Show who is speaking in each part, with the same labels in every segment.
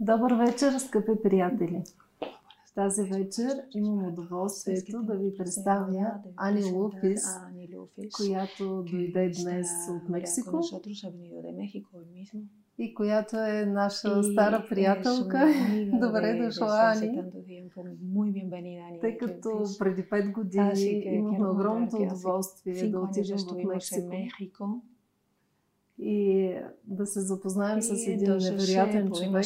Speaker 1: Добър вечер, скъпи приятели! Тази вечер имам удоволствието да ви представя Ани Луфис, която дойде днес от Мексико и която е наша стара приятелка. Добре дошла, Ани! Тъй като преди 5 години имахме огромното удоволствие да отидем в Мексико и да се запознаем с един невероятен човек.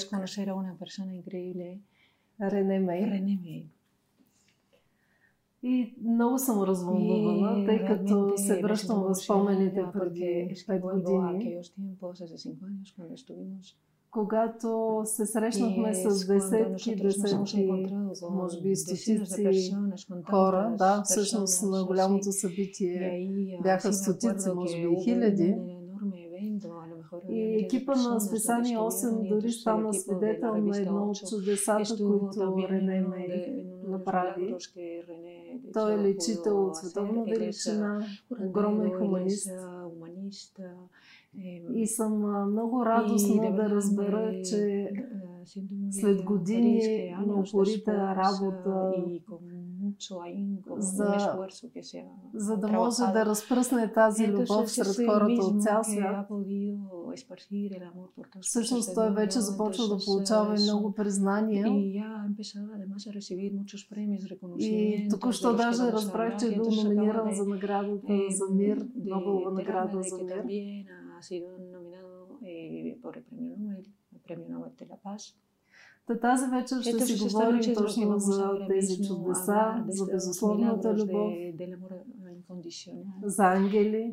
Speaker 1: Е, Рене Мей. И много съм развълнувана, тъй като се връщам в спомените преди 5 години, когато се срещнахме с десетки, десетки, може би и стотици хора, да, всъщност на голямото събитие бяха стотици, може би и хиляди. И екипа на списание 8 дори стана свидетел на едно от чудесата, които Рене ме направи. Той е лечител от световна величина, огромен хуманист. И съм много радостна да разбера, че след години на упорита работа за, за да може да разпръсне тази любов сред хората от цял свят. Всъщност той вече започва да получава много признания. И току-що даже разбрах, че е бил номиниран за наградата
Speaker 2: Е,
Speaker 1: за мир, Нобелова награда за мир.
Speaker 2: е,
Speaker 1: Та тази вечер ще Ето, си ще говорим ще точно за тези чудеса, за безусловната любов, за ангели,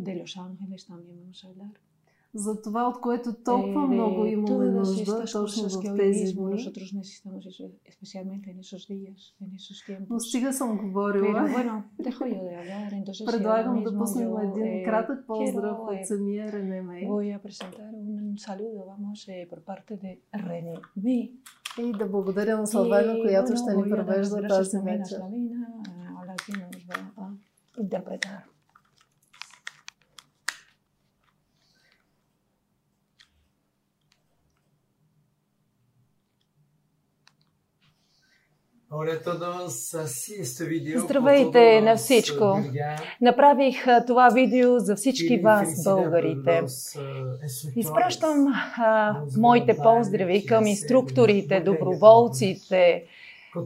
Speaker 1: за това, от което
Speaker 2: Eh,
Speaker 1: толкова много имаме нужда, точно в тези дни. Но стига съм говорила. Предлагам да пуснем
Speaker 2: eh,
Speaker 1: един кратък поздрав от самия Рене Мей.
Speaker 2: eh,
Speaker 1: И да благодаря на Славена, която ще ни превежда тази вечер.
Speaker 3: Interpretar.
Speaker 2: Здравейте на всичко! Направих това видео за всички вас, българите. Изпращам а, моите поздрави към инструкторите, доброволците.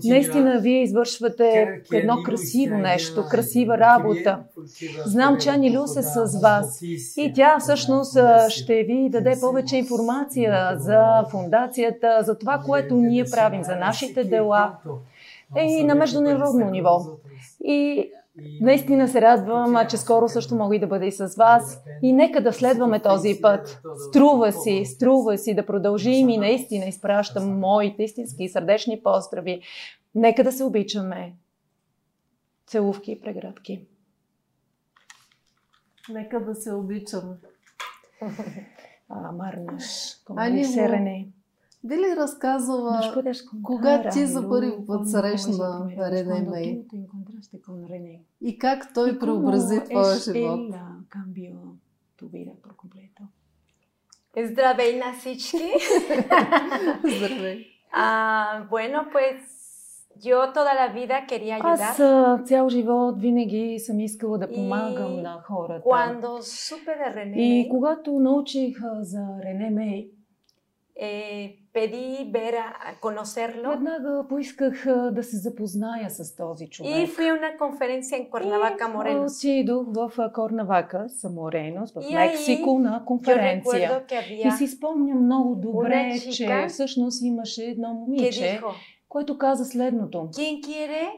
Speaker 2: Наистина, вие извършвате едно красиво нещо, красива работа. Знам, че Ани Люс е с вас и тя всъщност е, ще ви даде повече информация за фундацията, за това, което ние правим, за нашите дела е и на международно ниво. И наистина се радвам, че скоро също мога и да бъда и с вас. И нека да следваме този път. Струва си, струва си да продължим и наистина изпращам моите истински и сърдечни поздрави. Нека да се обичаме. Целувки и преградки.
Speaker 1: Нека да се обичаме.
Speaker 2: Марнаш, коми се Рене.
Speaker 1: Би ли разказала кога ти за първи път срещна Рене Мей?
Speaker 2: е
Speaker 1: И как той преобрази твоя живот?
Speaker 2: е,
Speaker 4: Здравей на всички!
Speaker 1: Здравей!
Speaker 4: А, bueno, pues Yo toda la vida quería
Speaker 2: Ah,
Speaker 4: ayudar.
Speaker 2: Аз цял живот винаги съм искала да помагам на хората.
Speaker 4: Cuando supe de René
Speaker 2: И когато научих за Рене Мей,
Speaker 4: eh, pedí ver a conocerlo.
Speaker 2: Веднага поисках да се запозная с този човек.
Speaker 4: И fui a una conferencia en Cuernavaca, Morelos.
Speaker 2: И отидох в Корнавака, са Моренос, в Мексико на конференция. И си спомням много добре, че всъщност имаше едно момиче, който каза следното.
Speaker 4: Quien quiere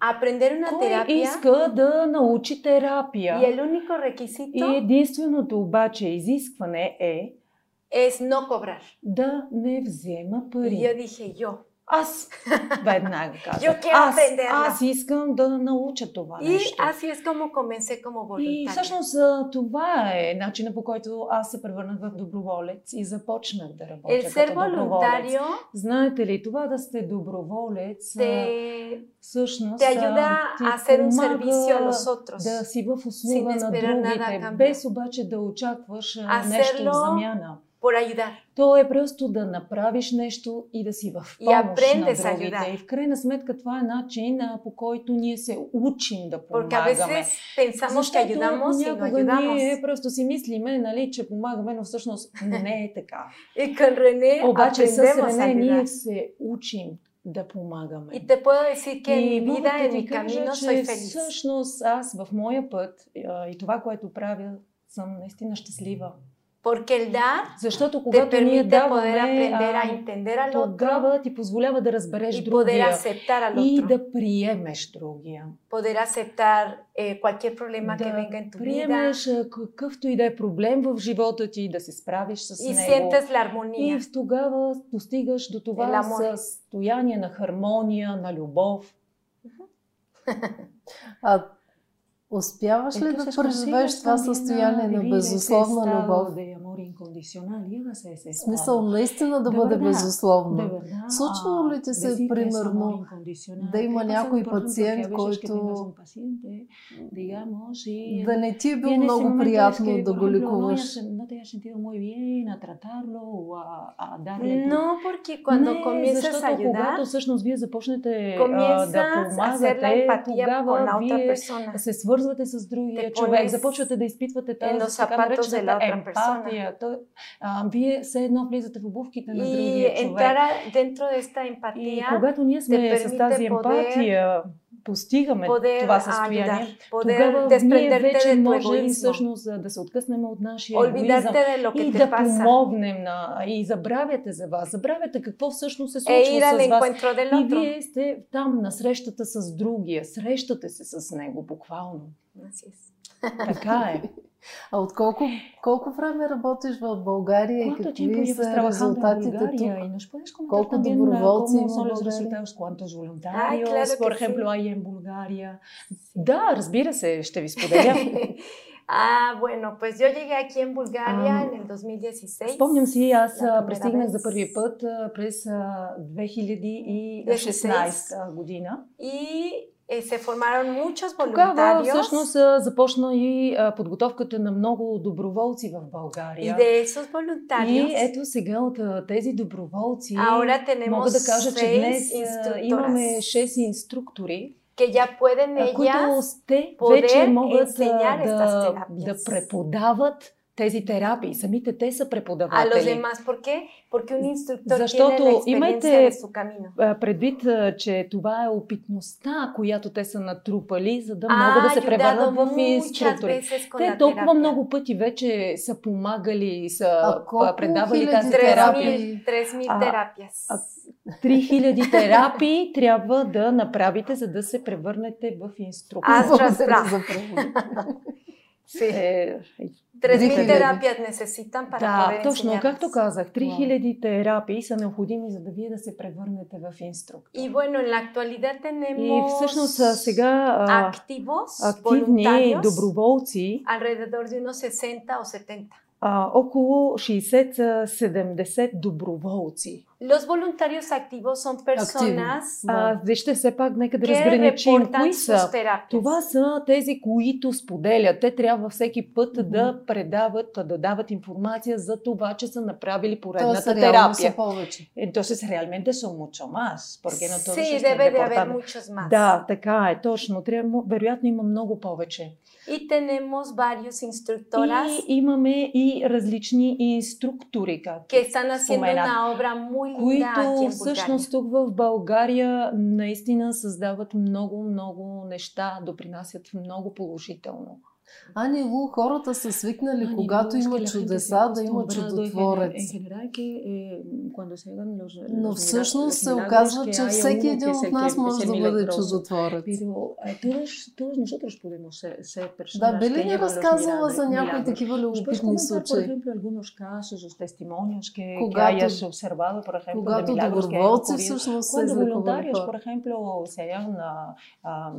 Speaker 4: aprender una
Speaker 2: Кой
Speaker 4: terapia?
Speaker 2: иска да научи терапия?
Speaker 4: Y el único requisito
Speaker 2: И единственото обаче изискване е
Speaker 4: es no cobrar.
Speaker 2: да не взема
Speaker 4: Y
Speaker 2: пари.
Speaker 4: yo dije, yo.
Speaker 2: Аз веднага казах.
Speaker 4: Yo quiero
Speaker 2: Аз,
Speaker 4: aprenderla.
Speaker 2: аз искам да науча това
Speaker 4: Y
Speaker 2: нещо.
Speaker 4: así es como comencé como
Speaker 2: И
Speaker 4: voluntaria.
Speaker 2: всъщност а, това е начина по който аз се превърнах в доброволец и започнах да работя
Speaker 4: El ser
Speaker 2: като доброволец.
Speaker 4: voluntario
Speaker 2: Знаете ли, това да сте доброволец, а,
Speaker 4: te,
Speaker 2: всъщност
Speaker 4: te
Speaker 2: а,
Speaker 4: ayuda
Speaker 2: ти
Speaker 4: a hacer un
Speaker 2: помага
Speaker 4: servicio a los otros.
Speaker 2: да си в услуга
Speaker 4: sin
Speaker 2: на
Speaker 4: esperar nada a
Speaker 2: другите,
Speaker 4: cambio.
Speaker 2: без обаче да очакваш а, нещо
Speaker 4: Hacerlo
Speaker 2: в замяна.
Speaker 4: por ayudar.
Speaker 2: То е просто да направиш нещо и да си в помощ на другите. И в крайна сметка това е начин, по който ние се учим да помагаме.
Speaker 4: Защото
Speaker 2: някога ние просто си мислиме, нали, че помагаме, но всъщност не е така.
Speaker 4: И към Рене
Speaker 2: Обаче с Рене ние се учим да помагаме.
Speaker 4: И те puedo decir que mi vida en mi camino soy
Speaker 2: feliz. Всъщност аз в моя път и това, което правя, съм наистина щастлива.
Speaker 4: Porque el dar
Speaker 2: Защото когато ние даваме,
Speaker 4: poder aprender a entender al
Speaker 2: otro, тогава ти позволява да разбереш
Speaker 4: и
Speaker 2: другия
Speaker 4: aceptar al otro.
Speaker 2: и да приемеш другия.
Speaker 4: Poder aceptar eh, cualquier problema да que venga en tu
Speaker 2: приемеш vida. какъвто и да е проблем в живота ти, да се справиш с
Speaker 4: y
Speaker 2: него.
Speaker 4: La armonía.
Speaker 2: И тогава достигаш до това състояние на хармония, на любов.
Speaker 1: А Успяваш ли да преживееш това състояние на безусловна любов? В смисъл наистина да бъде безусловно. Случвало ли ти се, примерно, да има някой пациент, който да не ти е било много приятно да го лекуваш?
Speaker 4: Но, porque cuando comienzas a ayudar,
Speaker 2: когато всъщност вие започнете да помагате, тогава вие се свързвате свързвате с другия човек, започвате да изпитвате тази така наречената емпатия. То, а, вие все едно влизате в обувките на другия човек. И когато ние сме с тази емпатия, постигаме poder, това състояние, ayudar, poder тогава ние вече можем всъщност да се откъснем от нашия егоизъм и да помогнем на, и забравяте за вас, забравяте какво
Speaker 1: Е,
Speaker 2: всъщност се
Speaker 4: e
Speaker 2: случва с вас. И вие сте там на срещата с другия, срещате се с него буквално. Така е.
Speaker 1: А от колко, колко време работиш в България и Е, какви са резултатите тук? Колко доброволци има в България?
Speaker 2: Cuántos voluntarios, por ejemplo, hay en Bulgaria. Да, разбира се, ще ви споделя.
Speaker 4: Ah, bueno, pues yo llegué aquí en Bulgaria en el 2016.
Speaker 2: Спомням си, аз пристигнах за първи път през 2016 година.
Speaker 4: И се формaron eh, muchos
Speaker 2: Тогава всъщност започна и подготовката на много доброволци в България.
Speaker 4: И de esos voluntarios,
Speaker 2: И ето сега от тези доброволци
Speaker 4: ahora tenemos
Speaker 2: мога да кажа,
Speaker 4: е
Speaker 2: че днес имаме 6 инструктори,
Speaker 4: que ya pueden
Speaker 2: които те вече могат да, да преподават тези терапии. Самите те са преподаватели.
Speaker 4: А los demás, ¿por qué? Porque un instructor
Speaker 2: Защото имайте
Speaker 4: предвид,
Speaker 2: че това е опитността, която те са натрупали, за да могат да се превърнат в инструктори. Те толкова много пъти вече са помагали, са предавали тази терапия.
Speaker 4: 3000 терапии.
Speaker 2: 3000 терапии трябва да направите, за да се превърнете в инструктор.
Speaker 4: Аз разбрах.
Speaker 2: Е,
Speaker 4: Три хиляди терапият не се ситам пара
Speaker 2: Да, точно, както казах, 3000 терапии са необходими, за да вие да се превърнете в инструктор.
Speaker 4: И, bueno, en la actualidad
Speaker 2: tenemos И всъщност сега
Speaker 4: activos,
Speaker 2: активни доброволци
Speaker 4: alrededor de unos 60 o 70
Speaker 2: а, около 60-70 доброволци.
Speaker 4: Los voluntarios activos son personas...
Speaker 2: А, вижте, все пак, нека да разграничим кои са. Това са тези, които споделят. Те трябва всеки път mm-hmm. да предават, да дават информация за това, че са направили поредната Тоест, е терапия. Entonces, realmente son mucho más. Porque no todo
Speaker 4: sí, debe de haber muchos más.
Speaker 2: Да, така е, точно. Трябва, вероятно има много повече.
Speaker 4: И tenemos varios instructoras.
Speaker 2: И имаме и различни инструктори, както
Speaker 4: Que están haciendo una obra muy
Speaker 2: които всъщност тук в България наистина създават много, много неща, допринасят много положително.
Speaker 1: Ани Лу, хората са свикнали, Ани, Нали, когато има чудеса, да има чудотворец. е, Но всъщност се оказва, че всеки е един от нас може да бъде чудотворец. е, Да, би ли ни разказвала за някои такива любопитни случаи? е, Когато доброволци всъщност са излекували
Speaker 2: хора. ah,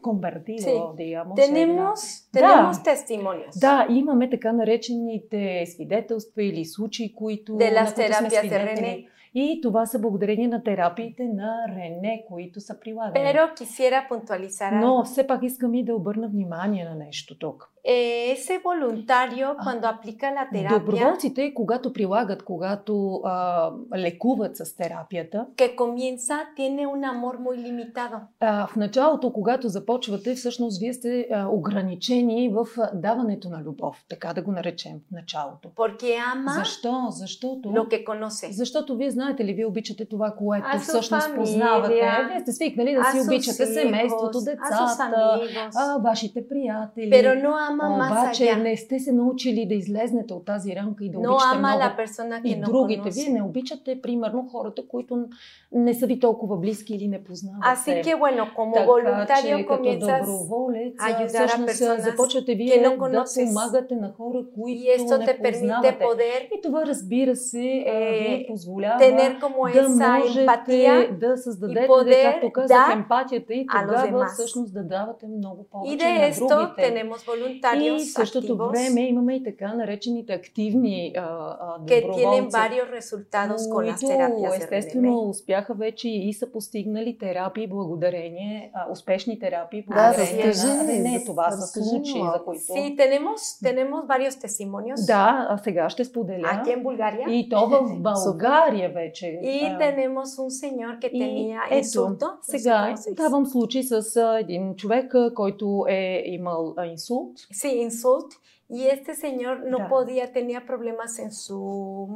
Speaker 2: convertido, sí. digamos.
Speaker 4: Tenemos, en... tenemos да. testimonios.
Speaker 2: Да, имаме така наречените свидетелства или случаи, които
Speaker 4: De las terapias de René.
Speaker 2: И това са благодарение на терапиите на Рене, които са прилагани.
Speaker 4: Pero quisiera puntualizar
Speaker 2: Но все пак искам и да обърна внимание на нещо тук.
Speaker 4: Eh, ese voluntario
Speaker 2: Ah.
Speaker 4: cuando aplica la terapia.
Speaker 2: Доброволците, когато прилагат, когато а, лекуват с терапията,
Speaker 4: que comienza tiene un amor muy limitado.
Speaker 2: А, в началото, когато започвате, всъщност вие сте а, ограничени в даването на любов, така да го наречем в началото.
Speaker 4: Porque ama
Speaker 2: Защо? Защото
Speaker 4: lo que conoce.
Speaker 2: Защото вие знаете ли, вие обичате това, което
Speaker 4: А,
Speaker 2: всъщност
Speaker 4: familia.
Speaker 2: познавате. Вие сте свикнали да
Speaker 4: А,
Speaker 2: си
Speaker 4: с
Speaker 2: обичате
Speaker 4: hijos,
Speaker 2: семейството,
Speaker 4: а, с
Speaker 2: децата,
Speaker 4: amigos.
Speaker 2: а, вашите приятели.
Speaker 4: Pero no ama más
Speaker 2: Обаче
Speaker 4: allá.
Speaker 2: не сте се научили да излезнете от тази рамка и да
Speaker 4: No
Speaker 2: обичате
Speaker 4: ama a
Speaker 2: много
Speaker 4: la persona que
Speaker 2: и
Speaker 4: no
Speaker 2: другите. Вие
Speaker 4: conoce.
Speaker 2: не обичате, примерно, хората, които не са ви толкова близки или не познавате.
Speaker 4: Así que bueno, como
Speaker 2: така че
Speaker 4: voluntario
Speaker 2: като
Speaker 4: comienzas
Speaker 2: доброволец,
Speaker 4: a ayudar a
Speaker 2: всъщност
Speaker 4: personas
Speaker 2: започвате
Speaker 4: que
Speaker 2: вие
Speaker 4: no
Speaker 2: да
Speaker 4: conoces.
Speaker 2: помагате на хора, които
Speaker 4: y esto
Speaker 2: не
Speaker 4: te permite
Speaker 2: познавате.
Speaker 4: poder
Speaker 2: И това, разбира се, а, ви
Speaker 4: Е,
Speaker 2: позволява
Speaker 4: tener como
Speaker 2: да
Speaker 4: esa empatía
Speaker 2: можете да създадете,
Speaker 4: poder
Speaker 2: както казах,
Speaker 4: dar
Speaker 2: емпатията и
Speaker 4: a los
Speaker 2: тогава
Speaker 4: demás.
Speaker 2: всъщност да давате много повече
Speaker 4: y
Speaker 2: на
Speaker 4: de esto
Speaker 2: другите.
Speaker 4: tenemos
Speaker 2: И в
Speaker 4: voluntarios
Speaker 2: същото
Speaker 4: activos
Speaker 2: време имаме и така наречените активни а, а,
Speaker 4: que tienen
Speaker 2: доброволци,
Speaker 4: varios resultados con las
Speaker 2: които
Speaker 4: terapias de
Speaker 2: естествено
Speaker 4: RNM.
Speaker 2: успяха вече и са постигнали терапии благодарение, а, успешни терапии
Speaker 1: Да,
Speaker 2: благодарение на...
Speaker 1: разкажи ни,
Speaker 2: Не, това са
Speaker 1: разкажи ни
Speaker 2: случаи, за
Speaker 1: малко.
Speaker 2: които...
Speaker 4: Sí, tenemos, tenemos varios testimonios
Speaker 2: Да, а сега ще споделя.
Speaker 4: aquí en Bulgaria y,
Speaker 2: И то в България вече. а,
Speaker 4: tenemos un señor que
Speaker 2: Y
Speaker 4: tenía
Speaker 2: esto,
Speaker 4: insulto. no sé
Speaker 2: Сега
Speaker 4: cómo se dice.
Speaker 2: давам случай с а, един човек, а, който е имал а, инсулт.
Speaker 4: Sí, insult. Y este señor no
Speaker 2: Da.
Speaker 4: podía, tenía problemas en su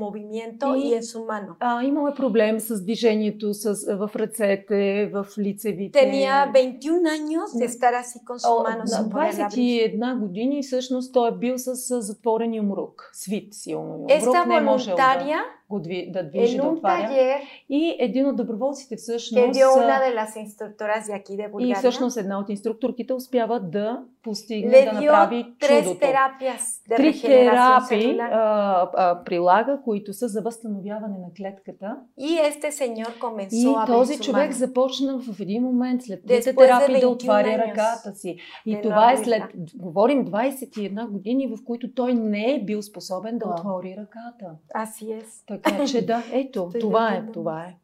Speaker 4: movimiento
Speaker 2: Y-
Speaker 4: y en su mano.
Speaker 2: А, имаме проблем с движението с, в ръцете, в лицевите.
Speaker 4: Tenía 21 años de
Speaker 2: Mm.
Speaker 4: estar así con su
Speaker 2: О,
Speaker 4: mano
Speaker 2: на
Speaker 4: sin poderla abrir.
Speaker 2: 21 години всъщност той е бил с а, затворен юмрук, свит силно
Speaker 4: Esta
Speaker 2: юмрук, не е можел да,
Speaker 4: voluntaria
Speaker 2: го дви, да движи,
Speaker 4: en
Speaker 2: да
Speaker 4: un
Speaker 2: отваря.
Speaker 4: taller
Speaker 2: И един от доброволците
Speaker 4: que
Speaker 2: всъщност,
Speaker 4: dio una
Speaker 2: а,
Speaker 4: de las instructoras de aquí de
Speaker 2: и
Speaker 4: Bulgaria.
Speaker 2: всъщност една от инструкторките успява да постигне,
Speaker 4: Le
Speaker 2: да
Speaker 4: dio
Speaker 2: направи
Speaker 4: tres
Speaker 2: чудото.
Speaker 4: terapias de
Speaker 2: Три
Speaker 4: regeneración
Speaker 2: терапии
Speaker 4: celular.
Speaker 2: а, а, прилага, които са за възстановяване на клетката.
Speaker 4: Y este señor
Speaker 2: И
Speaker 4: comenzó a abrir
Speaker 2: този
Speaker 4: su
Speaker 2: човек
Speaker 4: mano.
Speaker 2: започна в един момент след трите
Speaker 4: Después de
Speaker 2: терапии да
Speaker 4: 21
Speaker 2: отваря
Speaker 4: años.
Speaker 2: ръката си. И
Speaker 4: Не
Speaker 2: това е
Speaker 4: много
Speaker 2: след, говорим, 21 години, в които той не е бил способен да
Speaker 1: Да.
Speaker 2: отвори ръката.
Speaker 4: Así es,
Speaker 2: Така че да, ето,
Speaker 4: Той
Speaker 2: това
Speaker 4: да
Speaker 2: е,
Speaker 4: гледа.
Speaker 2: това е.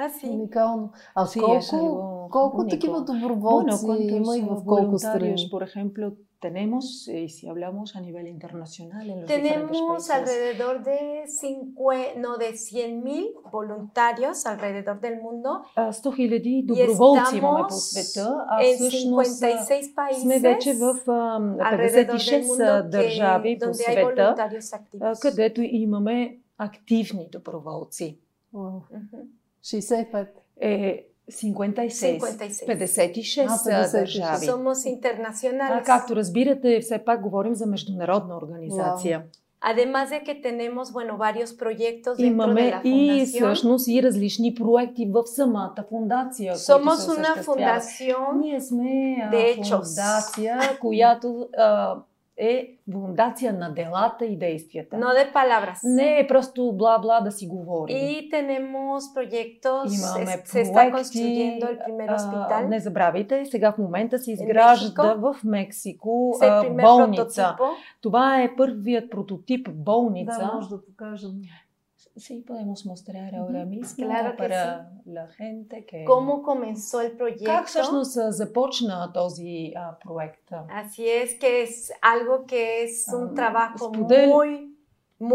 Speaker 4: así.
Speaker 1: Уникално. А
Speaker 2: Ти еш ли
Speaker 1: колко,
Speaker 2: го,
Speaker 1: колко
Speaker 2: Никола?
Speaker 1: такива
Speaker 2: Bueno,
Speaker 1: доброволци
Speaker 2: ¿cuántos
Speaker 1: има и
Speaker 2: eh,
Speaker 1: в колко
Speaker 2: voluntarios,
Speaker 1: страни?
Speaker 2: por ejemplo, tenemos, eh, si hablamos a nivel internacional, en los diferentes
Speaker 4: Tenemos
Speaker 2: países?
Speaker 4: alrededor de cinque- no, de 100 mil voluntarios alrededor del mundo
Speaker 2: А, 100 000 доброволци имаме по
Speaker 4: estamos
Speaker 2: света, а
Speaker 4: en
Speaker 2: всъщност а,
Speaker 4: 56
Speaker 2: сме вече
Speaker 4: países
Speaker 2: в а,
Speaker 4: alrededor
Speaker 2: 56
Speaker 4: del mundo que,
Speaker 2: държави по
Speaker 4: donde hay
Speaker 2: света,
Speaker 4: voluntarios
Speaker 2: а,
Speaker 4: activos.
Speaker 2: където имаме активни доброволци.
Speaker 1: Уау.
Speaker 4: Ujú.
Speaker 1: 65.
Speaker 2: Е, 56,
Speaker 4: 56.
Speaker 2: 56
Speaker 1: А,
Speaker 2: а,
Speaker 1: 56.
Speaker 2: държави.
Speaker 4: Somos
Speaker 2: А,
Speaker 4: internacionales.
Speaker 2: както разбирате, все пак говорим за международна организация.
Speaker 4: Además de que tenemos, bueno, varios proyectos dentro de la
Speaker 2: Имаме и
Speaker 4: fundación.
Speaker 2: всъщност и различни проекти в самата фундация. които
Speaker 4: Somos
Speaker 2: се
Speaker 4: una
Speaker 2: осъществяват.
Speaker 4: fundación
Speaker 2: Ние сме а,
Speaker 4: de hechos.
Speaker 2: фундация, която а, е фундация на делата и действията.
Speaker 4: No de palabras.
Speaker 2: Не е просто бла-бла да си говорим.
Speaker 4: Y tenemos proyectos,
Speaker 2: Имаме
Speaker 4: es- se
Speaker 2: проекти,
Speaker 4: está construyendo el primer
Speaker 2: А,
Speaker 4: hospital,
Speaker 2: не забравяйте, сега в момента се изгражда
Speaker 4: Мексико.
Speaker 2: в Мексико
Speaker 4: es el
Speaker 2: а,
Speaker 4: primer
Speaker 2: болница.
Speaker 4: prototipo.
Speaker 2: Това е първият прототип болница.
Speaker 1: Да, може да покажем.
Speaker 2: Sí, podemos mostrar ahora mismo
Speaker 4: Claro que
Speaker 2: para
Speaker 4: sí.
Speaker 2: la gente que...
Speaker 4: ¿Cómo comenzó el
Speaker 2: Как
Speaker 4: proyecto?
Speaker 2: всъщност а, започна този а, проект?
Speaker 4: Así es que es algo que es un
Speaker 2: Ah,
Speaker 4: trabajo
Speaker 2: споделя-
Speaker 4: muy,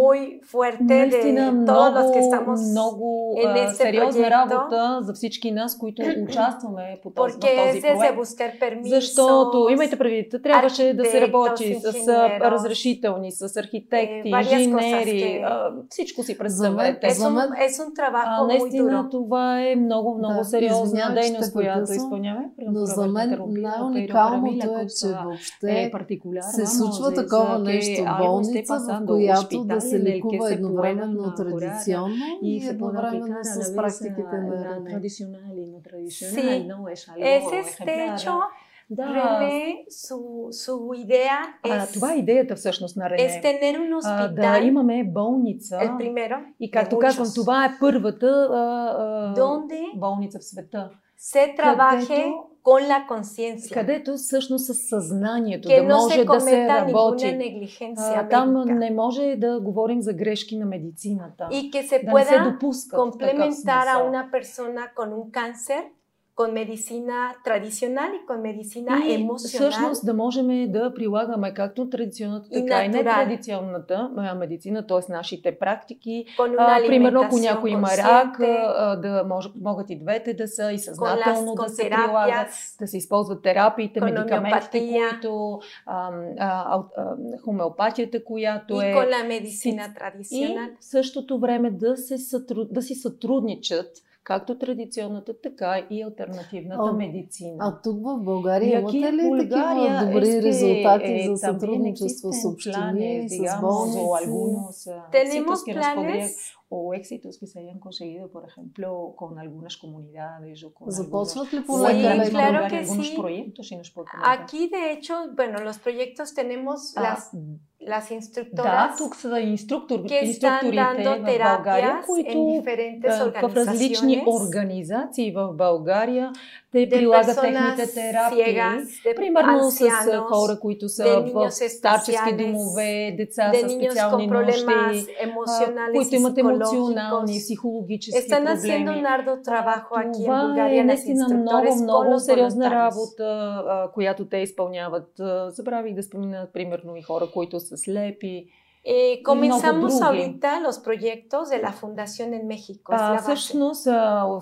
Speaker 4: muy fuerte
Speaker 2: Наистина
Speaker 4: de todos los que
Speaker 2: много,
Speaker 4: estamos,
Speaker 2: много
Speaker 4: en
Speaker 2: а,
Speaker 4: este
Speaker 2: сериозна
Speaker 4: proyecto.
Speaker 2: работа за всички нас, които участваме по този, в
Speaker 4: porque
Speaker 2: този
Speaker 4: es desde
Speaker 2: проект.
Speaker 4: buscar
Speaker 2: Ами,
Speaker 4: permisos,
Speaker 2: Защото, имайте предвид, трябваше да се работи с а,
Speaker 4: инженерос,
Speaker 2: разрешителни, с архитекти,
Speaker 4: е, varias
Speaker 2: инженери,
Speaker 4: cosas que-
Speaker 2: а, всичко си
Speaker 1: Те
Speaker 4: es
Speaker 2: представете.
Speaker 1: за
Speaker 4: un,
Speaker 1: мен-
Speaker 4: ah, es un
Speaker 2: А,
Speaker 4: trabajo muy
Speaker 2: наистина
Speaker 4: duro.
Speaker 2: това е много, много
Speaker 1: Да,
Speaker 2: сериозна
Speaker 1: извинявай, че
Speaker 2: дейност,
Speaker 1: те
Speaker 2: която
Speaker 1: прекъсвам,
Speaker 2: изпълняваме.
Speaker 1: Но за мен най-уникалното е, че въобще се случва такова нещо. Болница, в която да се лекува едновременно традиционно и едновременно с практиките на РНМ.
Speaker 2: традиционали, на
Speaker 4: Sí.
Speaker 2: е
Speaker 4: Es este hecho, René, su, su idea
Speaker 2: А,
Speaker 4: es,
Speaker 2: това е идеята всъщност на Рене.
Speaker 4: es tener un
Speaker 2: А, да Е,
Speaker 4: hospital,
Speaker 2: имаме болница.
Speaker 4: el primero,
Speaker 2: И
Speaker 4: de
Speaker 2: както казвам,
Speaker 4: muchos,
Speaker 2: това е първата а, а,
Speaker 4: donde
Speaker 2: болница в света.
Speaker 4: se trabaje
Speaker 2: Където,
Speaker 4: con la conciencia,
Speaker 2: където всъщност със съзнанието
Speaker 4: que
Speaker 2: да
Speaker 4: no
Speaker 2: може
Speaker 4: se
Speaker 2: да се
Speaker 4: cometa ninguna
Speaker 2: работи.
Speaker 4: negligencia
Speaker 2: А, там
Speaker 4: médica
Speaker 2: не може да говорим за грешки на медицината.
Speaker 4: y que se
Speaker 2: да не се
Speaker 4: pueda
Speaker 2: допускат в такъв
Speaker 4: complementar a
Speaker 2: смисъл.
Speaker 4: una persona con un cáncer con медицина традиционал и con медицина и, емоционал.
Speaker 2: Всъщност да можем да прилагаме както традиционната, така и, и нетрадиционната медицина, т.е. нашите практики. А, примерно, ако някой има рак, да може, могат и двете да са и съзнателно да се прилагат, да се използват терапиите, медикаментите, които а, а, а, хомеопатията, която
Speaker 4: и
Speaker 2: е...
Speaker 4: И медицина традиционал.
Speaker 2: И в същото време да, се сътруд... да си сътрудничат както традиционната, така и альтернативната а, медицина.
Speaker 1: А тук в България имате ли Bulgaria, такива добри este, резултати е, за сътрудничество с
Speaker 2: е,
Speaker 1: общини, с болници?
Speaker 4: Tenemos planes
Speaker 2: o éxitos que se hayan conseguido, por ejemplo, con algunas comunidades o con
Speaker 1: algunos,
Speaker 4: sí, claro que
Speaker 2: algunos
Speaker 4: sí.
Speaker 2: proyectos. Si nos puede
Speaker 4: Aquí, de hecho, bueno, los proyectos tenemos ah, las, las instructoras
Speaker 2: да, инструктор,
Speaker 4: que están dando terapias
Speaker 2: които,
Speaker 4: en diferentes
Speaker 2: в различни организации в България. Те прилагат техните терапии. Ciegas, de примерно
Speaker 4: eh,
Speaker 2: ancianos, с хора, които са в старчески домове, деца с специални нужди,
Speaker 4: ah, pues,
Speaker 2: които имат емоционални, психологически
Speaker 4: Están
Speaker 2: проблеми.
Speaker 4: Това
Speaker 2: е наистина много, много сериозна работа, която те изпълняват. Забравих да спомена, примерно, и хора, които са слепи.
Speaker 4: Eh, comenzamos ahorita los proyectos de la Fundación en México.
Speaker 2: А, всъщност,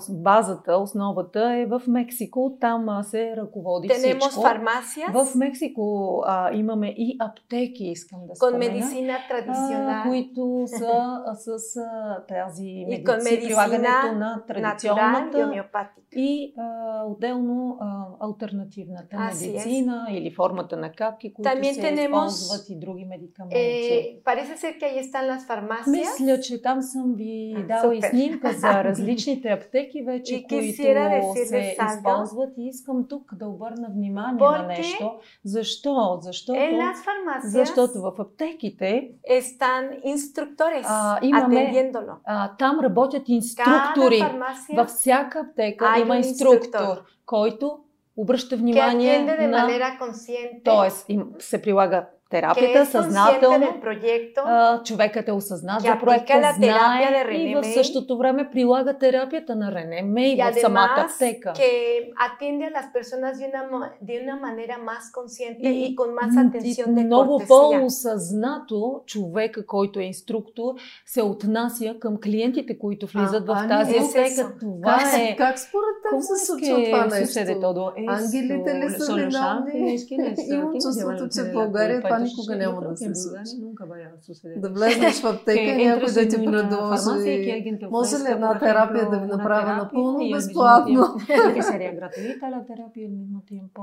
Speaker 2: базата, основата е в Мексико. Там се ръководи
Speaker 4: Tenemos
Speaker 2: всичко.
Speaker 4: Farmacias,
Speaker 2: в Мексико а, имаме и аптеки, искам да
Speaker 4: спомена. медицина традиционна.
Speaker 2: Които са с а, тази медицина, прилагането на традиционната
Speaker 4: natural,
Speaker 2: и а, отделно а, альтернативната медицина или формата на капки, които También се tenemos, използват и други медикаменти.
Speaker 4: Eh, parece ser que ahí están las farmacias.
Speaker 2: Мисля, че там съм ви дала и снимка за различните аптеки вече,
Speaker 4: и
Speaker 2: които се
Speaker 4: saldo,
Speaker 2: използват и искам тук да обърна внимание porque... на нещо. Защо? Защото,
Speaker 4: Е,
Speaker 2: защото в аптеките
Speaker 4: están instructores
Speaker 2: а, имаме, а, там работят инструктори. Във всяка аптека а, има инструктор, инструктор, който обръща внимание на...
Speaker 4: Е,
Speaker 2: Тоест, им се прилага терапията съзнателно. А, човекът е осъзнат за проекта, знае и в същото време прилага терапията на Рене Мей в самата аптека.
Speaker 4: Que atiende a las personas de una, de una manera más consciente и, и con
Speaker 2: mm,
Speaker 4: más atención de
Speaker 2: Много по-осъзнато човека, който е инструктор, се отнася към клиентите, които влизат а, в тази аптека. Това
Speaker 1: как,
Speaker 2: е...
Speaker 1: Как според теб се случва това
Speaker 2: нещо?
Speaker 1: Ангелите ли са виновни? Имам чувството, че в България това никога
Speaker 2: Е,
Speaker 1: няма да се случи. Да влезеш в аптека и някой да ти предложи. Може ли една терапия да ви направя напълно безплатно?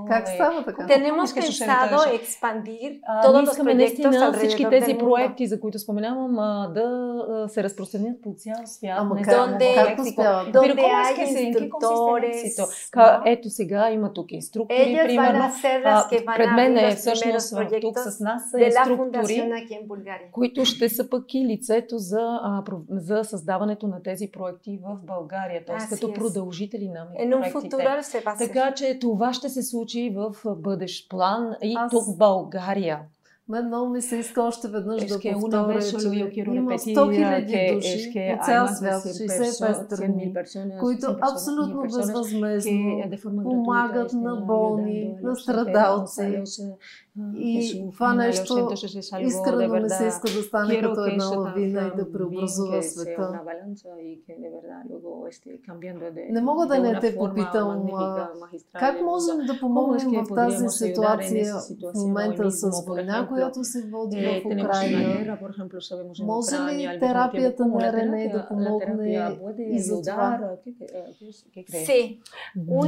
Speaker 1: Как става
Speaker 4: Ah,
Speaker 1: така?
Speaker 4: Tenemos pensado expandir todos los
Speaker 2: proyectos всички тези проекти, за които споменавам, да се разпространят по цял свят.
Speaker 1: Ама как успяват?
Speaker 4: Donde hay instructores.
Speaker 2: Ето сега има тук инструктори, примерно.
Speaker 4: Ah, pues,
Speaker 2: Пред мен е всъщност тук с нас са инструктори, които ще са пък и лицето за, а, за създаването на тези проекти в България, т.е. като продължители на проектите. Така че това ще се случи в бъдещ план и Аз... тук в България.
Speaker 1: Мен много ми се иска още веднъж да повторя, че
Speaker 2: има
Speaker 1: 100 000 души по цял свят, 65 страни, които абсолютно безвъзмезно Е, помагат на болни, на страдалци.
Speaker 2: е,
Speaker 1: И това нещо искрено ми се иска да стане като една лавина и да преобразува света. Не мога
Speaker 2: Е
Speaker 1: да не те попитам, как можем да помогнем в тази ситуация в момента с война, която се
Speaker 2: Е,
Speaker 1: води в Украина. Може ли терапията на Рене да помогне и за това?
Speaker 4: Sí.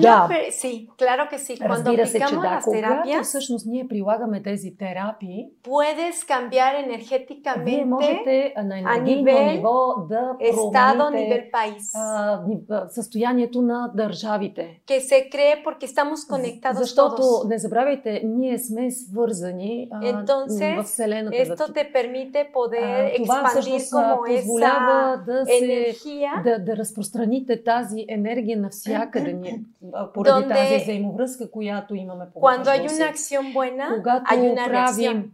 Speaker 4: Да. Sí, claro que sí. Cuando
Speaker 2: Разбира се, че да.
Speaker 4: Las
Speaker 2: Когато всъщност ние прилагаме тези терапии,
Speaker 4: puedes cambiar energéticamente
Speaker 2: вие можете на енергийно ниво да
Speaker 4: eh.
Speaker 2: промените
Speaker 4: Ah.
Speaker 2: състоянието на държавите.
Speaker 4: Que se cree porque estamos conectados
Speaker 2: Защото,
Speaker 4: todos.
Speaker 2: не забравяйте, ние сме свързани
Speaker 4: Entonces,
Speaker 2: в Вселената.
Speaker 4: Esto te permite poder
Speaker 2: това
Speaker 4: expandir como
Speaker 2: позволява да,
Speaker 4: eh.
Speaker 2: се,
Speaker 4: energía,
Speaker 2: да, да разпространите тази енергия навсякъде ние, поради
Speaker 4: donde,
Speaker 2: тази взаимовръзка, която имаме
Speaker 4: Cuando hay una acción buena,
Speaker 2: когато
Speaker 4: hay una
Speaker 2: правим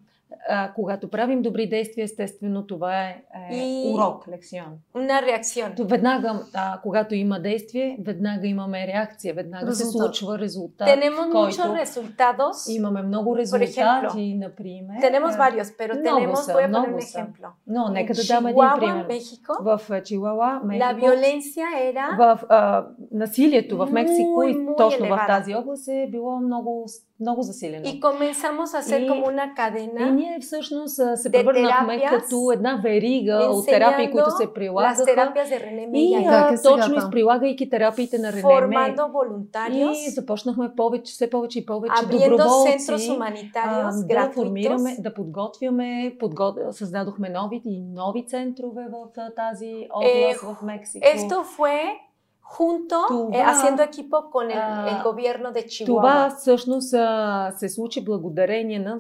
Speaker 2: а, когато правим добри действия, естествено това е, е
Speaker 4: И-
Speaker 2: урок, лексион.
Speaker 4: Una reacción.
Speaker 2: То веднага, а, когато има действие, веднага имаме реакция, веднага се
Speaker 1: Резултат.
Speaker 2: случва резултат.
Speaker 4: Tenemos
Speaker 2: който
Speaker 4: muchos resultados.
Speaker 2: Имаме много резултати, например.
Speaker 4: Tenemos
Speaker 2: Е,
Speaker 4: varios, pero
Speaker 2: no,
Speaker 4: tenemos,
Speaker 2: Rosa,
Speaker 4: voy a
Speaker 2: no,
Speaker 4: poner un
Speaker 2: Rosa.
Speaker 4: ejemplo.
Speaker 2: Но нека
Speaker 4: En
Speaker 2: да дам един
Speaker 4: Chihuahua,
Speaker 2: пример.
Speaker 4: México,
Speaker 2: В а, Чилала,
Speaker 4: la
Speaker 2: Мехико,
Speaker 4: violencia era
Speaker 2: в а, насилието в Мексико и
Speaker 1: е
Speaker 4: Muy, muy
Speaker 2: точно в
Speaker 4: elevada.
Speaker 2: тази област е било много, много засилено.
Speaker 4: y comenzamos a hacer
Speaker 2: Y-
Speaker 4: como una
Speaker 2: И
Speaker 4: cadena.
Speaker 2: ние всъщност а, се
Speaker 4: Де
Speaker 2: превърнахме
Speaker 4: терапия с-
Speaker 2: като една верига от
Speaker 4: enseñando
Speaker 2: терапии, които се
Speaker 4: Las
Speaker 2: прилагаха.
Speaker 4: terapias de René
Speaker 2: И
Speaker 1: Как
Speaker 4: Meyer,
Speaker 1: е
Speaker 2: а,
Speaker 1: сега
Speaker 2: точно
Speaker 1: там?
Speaker 2: изприлагайки терапиите на Рене Мей,
Speaker 4: formando voluntarios,
Speaker 2: и започнахме повече, все повече и повече
Speaker 4: abriendo centros
Speaker 2: доброволци а,
Speaker 4: humanitarios
Speaker 2: да
Speaker 4: gratuitos.
Speaker 2: формираме, да подготвяме, подго... създадохме нови и нови центрове в а, тази
Speaker 4: Е,
Speaker 2: област в Мексико.
Speaker 4: Esto fue junto,
Speaker 2: Tu
Speaker 4: eh,
Speaker 2: va-
Speaker 4: haciendo equipo con el,
Speaker 2: Ah,
Speaker 4: el gobierno de Chihuahua.
Speaker 2: Това всъщност а, се случи благодарение на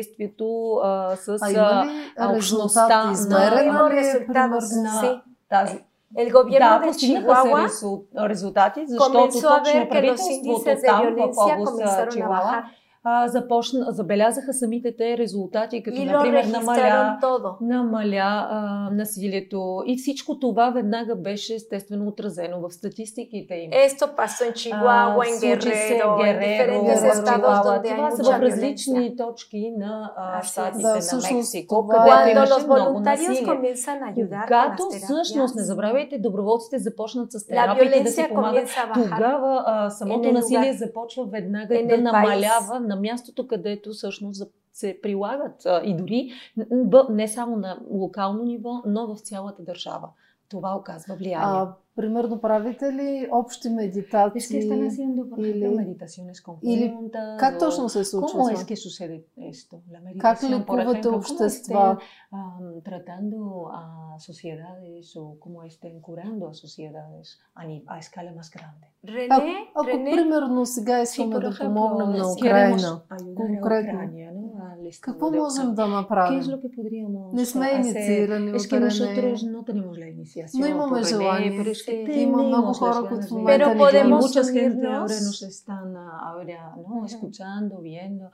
Speaker 2: взаимодействието а, с
Speaker 1: А има
Speaker 2: а,
Speaker 1: ли
Speaker 2: общността
Speaker 1: резултат?
Speaker 2: на-
Speaker 1: Измерена
Speaker 4: Tenemos
Speaker 1: ли е, примерно,
Speaker 4: resultados,
Speaker 2: на-
Speaker 4: sí.
Speaker 2: тази
Speaker 4: El gobierno
Speaker 2: да,
Speaker 4: de
Speaker 2: постигнаха се
Speaker 4: Chihuahua
Speaker 2: резу- резултати, защото
Speaker 4: comenzó a ver
Speaker 2: точно
Speaker 4: que los
Speaker 2: правителството
Speaker 4: índices de
Speaker 2: там в
Speaker 4: violencia
Speaker 2: област а,
Speaker 4: comenzaron a
Speaker 2: Чилала
Speaker 4: bajar
Speaker 2: а, започна, забелязаха самите те резултати, като
Speaker 4: y lo
Speaker 2: например намаля,
Speaker 4: registraron todo.
Speaker 2: намаля а, насилието и всичко това веднага беше естествено отразено в статистиките им.
Speaker 4: Esto pasó en Chihuahua,
Speaker 2: А,
Speaker 4: en
Speaker 2: случи се
Speaker 4: Guerrero, en diferentes
Speaker 1: Guerrero,
Speaker 4: estados
Speaker 2: Чилала.
Speaker 4: donde hay
Speaker 2: Това са
Speaker 4: mucha
Speaker 2: в
Speaker 4: violencia.
Speaker 2: различни точки на а,
Speaker 4: Аз си-
Speaker 2: щатите
Speaker 4: Да,
Speaker 2: на
Speaker 1: всъщност
Speaker 2: Мексико,
Speaker 1: това е-
Speaker 2: където
Speaker 4: Cuando
Speaker 2: имаше
Speaker 4: los
Speaker 2: много
Speaker 4: voluntarios
Speaker 2: насилие.
Speaker 4: comienzan a ayudar
Speaker 2: Когато
Speaker 4: con las
Speaker 2: всъщност, не
Speaker 4: terapias,
Speaker 2: забравяйте, доброволците започнат с
Speaker 4: la
Speaker 2: терапиите да си
Speaker 4: violencia
Speaker 2: помагат,
Speaker 4: comienza a bajar.
Speaker 2: тогава а, самото
Speaker 4: Е, не,
Speaker 2: насилие
Speaker 4: тогава.
Speaker 2: започва веднага
Speaker 4: Е,
Speaker 2: да
Speaker 4: не, това
Speaker 2: намалява на мястото, където всъщност за- се прилагат а, и дори н- н- б- не само на локално ниво, но в цялата държава. Това оказва влияние.
Speaker 1: А, примерно правите ли общи медитации?
Speaker 2: Es que están haciendo, por
Speaker 1: или-
Speaker 2: ejemplo, meditaciones conjuntas.
Speaker 1: Как
Speaker 2: o-
Speaker 1: точно се случва?
Speaker 2: ¿Cómo es
Speaker 1: това?
Speaker 2: que sucede esto? La
Speaker 1: Как
Speaker 2: meditación, por
Speaker 1: лекувате
Speaker 2: ejemplo, ¿cómo
Speaker 1: общества?
Speaker 2: estén am, tratando a sociedades o cómo estén curando a sociedades a, ni- a escala más grande.
Speaker 4: René,
Speaker 1: Ако
Speaker 4: René,
Speaker 1: примерно сега искаме
Speaker 2: por
Speaker 1: да
Speaker 2: ejemplo,
Speaker 1: помогнем на
Speaker 2: si
Speaker 1: Украина,
Speaker 2: queremos ayudar
Speaker 1: concreto.
Speaker 2: a Ucrania, ¿no? Al estado
Speaker 1: какво
Speaker 2: de
Speaker 1: можем
Speaker 2: Ucrania.
Speaker 1: да
Speaker 2: ¿Qué es
Speaker 1: направим?
Speaker 2: lo que podríamos
Speaker 1: Не сме
Speaker 2: hacer?
Speaker 1: инициирани
Speaker 2: Es
Speaker 1: от
Speaker 2: que
Speaker 1: Рене.
Speaker 2: nosotros no tenemos la iniciación.
Speaker 1: Но имаме
Speaker 2: por René,
Speaker 1: желание.
Speaker 2: pero es que
Speaker 1: Има много
Speaker 2: tenemos las
Speaker 1: хора, които
Speaker 2: ganas
Speaker 1: в
Speaker 2: de-
Speaker 1: момента
Speaker 4: Pero
Speaker 1: ни
Speaker 2: Y
Speaker 4: podemos
Speaker 1: гледат.
Speaker 2: mucha gente ahora
Speaker 4: unirnos.
Speaker 2: nos están ah, ahora, ¿no?
Speaker 4: Ujú.
Speaker 2: escuchando, viendo.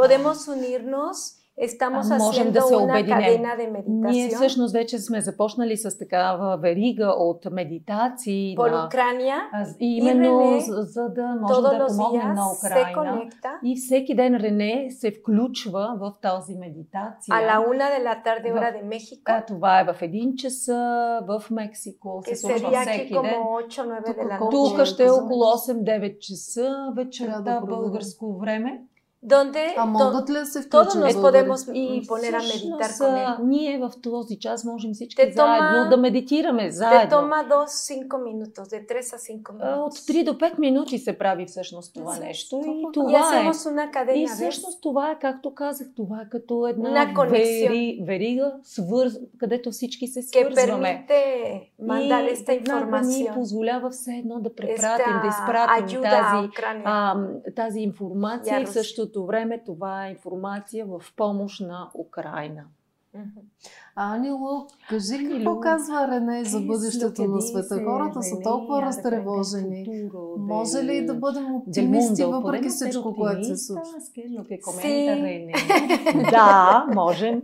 Speaker 4: podemos unirnos. Estamos
Speaker 2: Ah, можем да
Speaker 4: haciendo
Speaker 2: се
Speaker 4: una
Speaker 2: обединем.
Speaker 4: cadena de
Speaker 2: Ние
Speaker 4: meditación
Speaker 2: всъщност вече сме започнали с такава верига от медитации
Speaker 4: por
Speaker 2: на,
Speaker 4: Ucrania.
Speaker 2: а, с- и именно
Speaker 4: Рене
Speaker 2: за, за да можем
Speaker 4: Todos
Speaker 2: да
Speaker 4: los
Speaker 2: помогнем на
Speaker 4: días se
Speaker 2: Украина.
Speaker 4: conecta
Speaker 2: И всеки ден Рене се включва в тази медитация.
Speaker 4: a la una de la tarde
Speaker 2: Va.
Speaker 4: hora de México,
Speaker 2: А, това е в един час а, в Мексико.
Speaker 4: Ah, que
Speaker 2: Се случва
Speaker 4: sería aquí
Speaker 2: всеки ден.
Speaker 4: como 8 o 9 de la
Speaker 1: Tuco.
Speaker 2: Тук
Speaker 4: noche,
Speaker 2: ще е
Speaker 1: Тук.
Speaker 2: около 8-9 часа
Speaker 1: Трябва да
Speaker 2: вечерта
Speaker 1: проверим.
Speaker 2: българско време.
Speaker 4: donde
Speaker 1: А
Speaker 4: to-
Speaker 1: могат ли Е, да се
Speaker 4: todos
Speaker 1: включат
Speaker 4: nos
Speaker 1: българи?
Speaker 4: podemos y poner a meditar
Speaker 2: всъщност,
Speaker 4: con
Speaker 2: а,
Speaker 4: él.
Speaker 2: нали? ние в този час можем всички
Speaker 4: Те тома-
Speaker 2: заедно да медитираме
Speaker 4: Te
Speaker 2: заедно.
Speaker 4: toma dos, cinco minutos, de 3 a 5
Speaker 2: А, От
Speaker 4: minutos.
Speaker 2: 3 до 5 минути се прави всъщност това
Speaker 4: Всъщност,
Speaker 2: нещо и
Speaker 1: толкова.
Speaker 4: Y
Speaker 2: това е.
Speaker 4: hacemos una
Speaker 2: И
Speaker 4: cadena, ¿ves?
Speaker 2: всъщност това е, както казах, това е като една
Speaker 4: На конексия.
Speaker 2: вери, верига, свърз, където всички се
Speaker 4: que
Speaker 2: свързваме.
Speaker 4: permite mandar
Speaker 2: И
Speaker 4: esta
Speaker 2: веднага ни
Speaker 4: información,
Speaker 2: позволява все едно да препратим, да
Speaker 4: esta
Speaker 2: изпратим
Speaker 4: ayuda a
Speaker 2: тази
Speaker 4: Ucrania.
Speaker 2: а, м, тази информация и в
Speaker 4: Ярост.
Speaker 2: същото време това е информация в помощ на Украина.
Speaker 4: Мгм.
Speaker 1: Ани Лу, кажи
Speaker 2: Ани
Speaker 1: какво
Speaker 2: Лу,
Speaker 1: казва Рене за
Speaker 2: Е,
Speaker 1: бъдещето
Speaker 2: след
Speaker 1: на
Speaker 2: един
Speaker 1: света.
Speaker 2: се нали,
Speaker 1: Хората са
Speaker 2: Рене,
Speaker 1: толкова
Speaker 2: а
Speaker 1: разтревожени.
Speaker 2: да кажем е култура,
Speaker 1: Може
Speaker 2: де-
Speaker 1: ли да бъдем
Speaker 2: del
Speaker 1: оптимисти
Speaker 2: mundo.
Speaker 1: въпреки
Speaker 2: Podemos ser
Speaker 1: всичко, което се
Speaker 2: optimistas,
Speaker 1: случва?
Speaker 2: que es lo que comenta
Speaker 4: Sí.
Speaker 2: René. е Да, можем.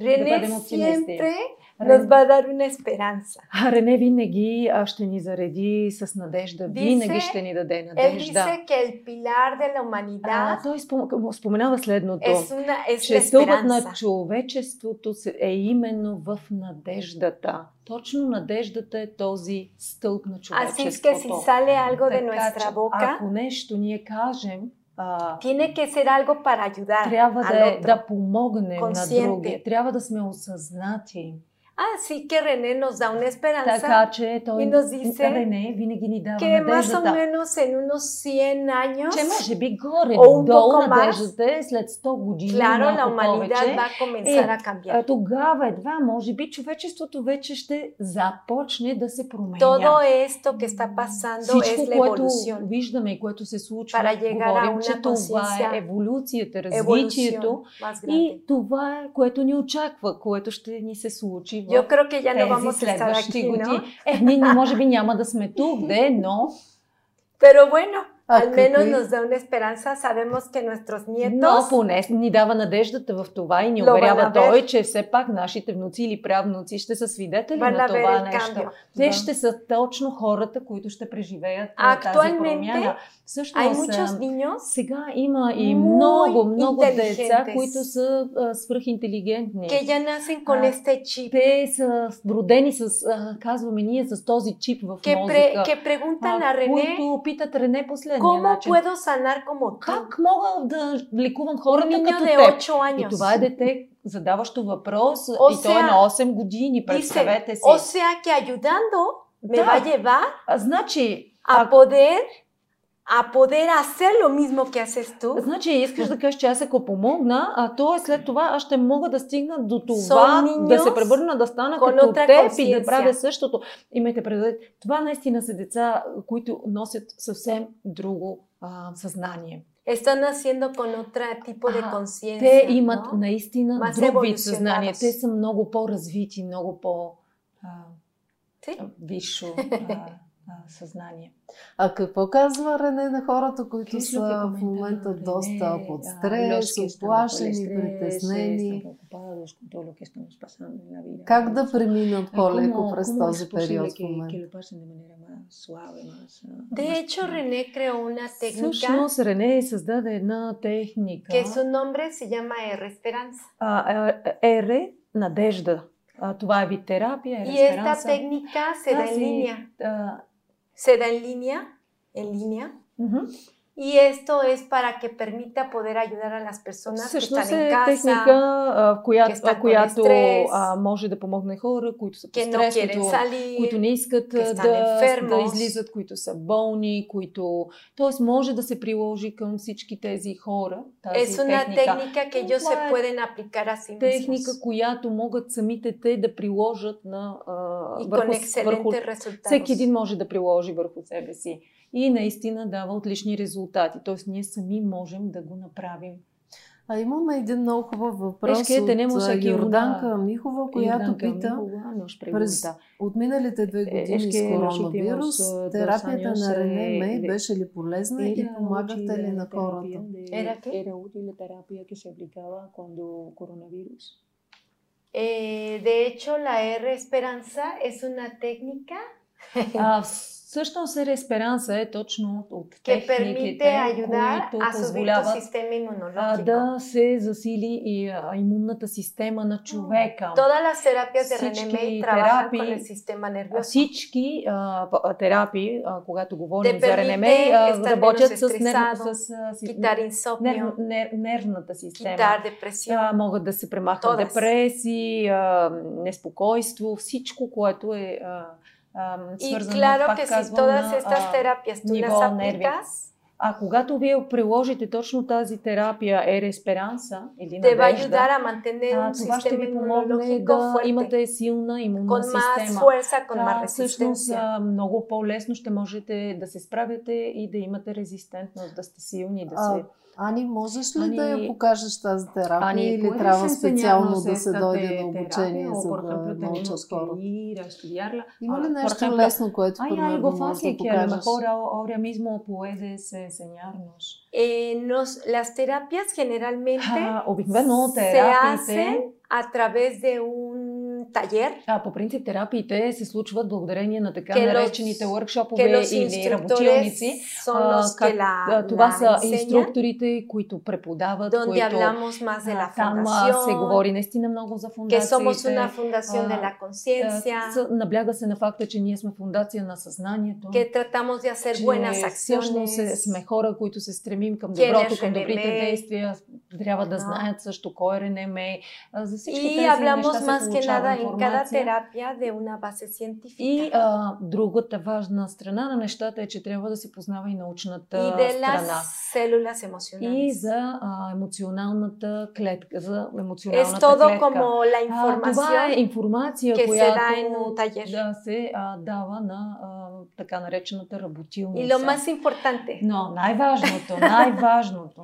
Speaker 4: René
Speaker 2: Podemos
Speaker 4: siempre
Speaker 2: Рен-
Speaker 4: nos va a dar una esperanza.
Speaker 2: А, Рене винаги а, ще ни зареди с надежда.
Speaker 4: Dice-
Speaker 2: Винаги ще ни даде
Speaker 4: Él
Speaker 2: надежда.
Speaker 4: dice que el pilar de la
Speaker 2: А,
Speaker 4: humanidad
Speaker 2: той спом- споменава следното.
Speaker 4: es, una, es la
Speaker 2: че стълбът на
Speaker 4: esperanza.
Speaker 2: човечеството се- е именно в надеждата. Точно надеждата е този стълб на
Speaker 4: Así es que si
Speaker 2: човечеството.
Speaker 4: sale algo de
Speaker 2: Така
Speaker 4: nuestra
Speaker 2: че,
Speaker 4: boca,
Speaker 2: ако нещо ние кажем, а,
Speaker 4: tiene que ser algo para ayudar
Speaker 2: трябва
Speaker 4: al
Speaker 2: да, е,
Speaker 4: otro.
Speaker 2: да помогнем
Speaker 4: Consciente.
Speaker 2: на другия. Трябва да сме осъзнати.
Speaker 4: Así Ah, que René nos da una esperanza
Speaker 2: Така че
Speaker 4: и
Speaker 2: той
Speaker 4: nos dice
Speaker 2: Рене винаги ни дава
Speaker 4: que más o
Speaker 2: надеждата.
Speaker 4: menos en unos 100 años,
Speaker 2: Че може би горе,
Speaker 4: О, un
Speaker 2: долу
Speaker 4: poco más.
Speaker 2: надеждата е след 100 години,
Speaker 4: claro, la
Speaker 2: малко повече.
Speaker 4: humanidad va a comenzar
Speaker 2: Eh,
Speaker 4: a
Speaker 2: А,
Speaker 4: cambiar.
Speaker 2: тогава едва, може би, човечеството вече ще започне да се променя.
Speaker 4: Todo esto que está pasando es
Speaker 2: Всичко,
Speaker 4: la
Speaker 2: което
Speaker 4: evolución.
Speaker 2: виждаме и което се случва,
Speaker 4: Para llegar a
Speaker 2: говорим,
Speaker 4: una
Speaker 2: че това е
Speaker 4: conciencia.
Speaker 2: еволюцията, развитието.
Speaker 4: Evolución más grande.
Speaker 2: И това е, което ни очаква, което ще ни се случи в
Speaker 4: Yo creo que ya no
Speaker 2: тези
Speaker 4: vamos a estar
Speaker 2: следващи
Speaker 4: aquí,
Speaker 2: години.
Speaker 4: ¿no?
Speaker 2: Е, ние не- може би няма да сме тук, де, но
Speaker 4: Pero bueno,
Speaker 2: Ah,
Speaker 4: А, Al menos какви... nos da una esperanza, sabemos que nuestros nietos...
Speaker 2: Но поне ни дава надеждата в това и ни уверява той, че все пак нашите внуци или правнуци ще са свидетели на това нещо. Те ще са точно хората, които ще преживеят е, тази промяна.
Speaker 4: Всъщност,
Speaker 2: сега има и много, много деца, които са свръхинтелигентни.
Speaker 4: Que ya nacen
Speaker 2: Ah.
Speaker 4: con este chip.
Speaker 2: Те са родени с, казваме ние, с този чип в
Speaker 4: que
Speaker 2: мозъка.
Speaker 4: Que preguntan a René,
Speaker 2: които питат Рене последния
Speaker 4: ¿Cómo
Speaker 2: начин.
Speaker 4: puedo sanar como tú?
Speaker 2: Как мога да лекувам хората
Speaker 4: Niño
Speaker 2: като
Speaker 4: de
Speaker 2: теб?
Speaker 4: 8 años.
Speaker 2: И това е дете, задаващо въпрос, o и sea, той е на 8 години, представете си.
Speaker 4: O sea que ayudando me да. va a llevar
Speaker 2: а, значи,
Speaker 4: a а... poder а poder hacer lo mismo que haces tú.
Speaker 2: Значи искаш да кажеш, че аз ако помогна, а то е след това аз ще мога да стигна до това, so, да се превърна, да стана като теб и да правя същото. Имайте предвид, това наистина са деца, които носят съвсем друго а, съзнание.
Speaker 4: Están haciendo con otro tipo de conciencia.
Speaker 2: Те имат no? наистина Mas друг вид съзнание. Те са много по-развити, много по- а, sí? висшо а, съзнание.
Speaker 1: А какво казва Рене на хората, които са в момента
Speaker 2: е,
Speaker 1: доста под стрес, оплашени, притеснени?
Speaker 2: е,
Speaker 1: Как да преминат по-леко през този период в момента?
Speaker 4: De hecho, René creó una técnica.
Speaker 2: Всъщност, Рене създаде една техника.
Speaker 4: Que su nombre se llama R Esperanza.
Speaker 2: R е, надежда. Това е вид терапия,
Speaker 4: И esta técnica se da en línea. se da en línea, en línea. Uh -huh. Y esto es para que permita poder ayudar a las personas Всъщност que están en casa,
Speaker 2: е техника, в която, que която стрес, а, може да помогне хора, които са
Speaker 4: под стрес, които,
Speaker 2: salir, които не искат да, да излизат, които са болни, които... Тоест може да се приложи към всички тези хора тази
Speaker 4: es una Е, техника. que ellos се pueden aplicar a sí
Speaker 2: Техника, която могат самите те да приложат на...
Speaker 4: А, върху, върху,
Speaker 2: всеки един може да приложи върху себе си и наистина дава отлични резултати. Тоест, ние сами можем да го направим.
Speaker 1: А имаме един много хубав въпрос е, от Йорданка, Йорданка Михова, която Йорданка пита Михова, през от миналите две години е, с коронавирус, терапията на Рене Мей беше ли полезна е, и помагахте ли на хората? Е,
Speaker 4: Era,
Speaker 3: era útil la terapia que se aplicaba cuando coronavirus.
Speaker 4: Eh, de hecho, la R Esperanza es una técnica
Speaker 2: Е. Всъщност Респеранса е точно от
Speaker 4: Ке
Speaker 2: техниките, които позволяват
Speaker 4: а,
Speaker 2: да се засили и а, имунната система на човека.
Speaker 4: Toda la terapia de René terapии, con el sistema
Speaker 2: е
Speaker 4: nervioso.
Speaker 2: Всички а, терапии, а, когато говорим за Рене работят с, нерв, с, с, с нерв, нерв, нервната система.
Speaker 4: А,
Speaker 2: могат да се премахнат депресии, а, неспокойство, всичко, което е... А,
Speaker 4: Um, y claro que si todas на, estas terapias tú las aplicas,
Speaker 2: а когато вие приложите точно тази терапия Ер Есперанса или
Speaker 4: надежда, va ayudar Ah, a mantener
Speaker 2: а, това ще ви помогне да fuerte. имате силна имунна
Speaker 4: con
Speaker 2: система.
Speaker 4: Fuerza, con
Speaker 2: а, всъщност много по-лесно ще можете да се справяте и да имате резистентност, да сте силни, да се...
Speaker 1: А, Ани, можеш ли Ани... да я покажеш тази терапия Ани, или трябва специално да се дойде на е обучение за да научаш хората? Има ли нещо лесно, което примерно можеш да покажеш?
Speaker 2: enseñarnos.
Speaker 4: Eh, nos, las terapias generalmente
Speaker 2: ah, bueno,
Speaker 4: se hacen a través de un taller.
Speaker 2: А, по принцип терапиите се случват благодарение на така que наречените workshoпове или работилници.
Speaker 4: А, как, la,
Speaker 2: това
Speaker 4: la
Speaker 2: са enseñan, инструкторите, които преподават,
Speaker 4: donde
Speaker 2: които
Speaker 4: ah, más de la
Speaker 2: там
Speaker 4: fundación,
Speaker 2: се говори наистина много за фундациите. Е,
Speaker 4: Que somos una fundación de la conciencia.
Speaker 2: Набляга се на факта, че ние сме фундация на съзнанието.
Speaker 4: Que tratamos de hacer buenas acciones.
Speaker 2: Всъщност сме хора, които се стремим към доброто, към добрите действия. Трябва да знаят също кой е Ренеме. За всички
Speaker 4: и
Speaker 2: тези
Speaker 4: hablamos
Speaker 2: неща
Speaker 4: más
Speaker 2: се
Speaker 4: que nada en cada
Speaker 2: информация.
Speaker 4: terapia de una base científica.
Speaker 2: И а, другата важна страна на нещата е, че трябва да се познава и научната
Speaker 4: и е de
Speaker 2: страна.
Speaker 4: Células emocionales.
Speaker 2: И за а, емоционалната клетка, за
Speaker 4: Es
Speaker 2: емоционалната
Speaker 4: todo
Speaker 2: клетка.
Speaker 4: como la
Speaker 2: А, това е
Speaker 4: información
Speaker 2: информация,
Speaker 4: que se
Speaker 2: която
Speaker 4: da en un taller.
Speaker 2: да се а, дава на а, така наречената
Speaker 4: Y
Speaker 2: работилница.
Speaker 4: lo más importante
Speaker 2: Но най-важното, най-важното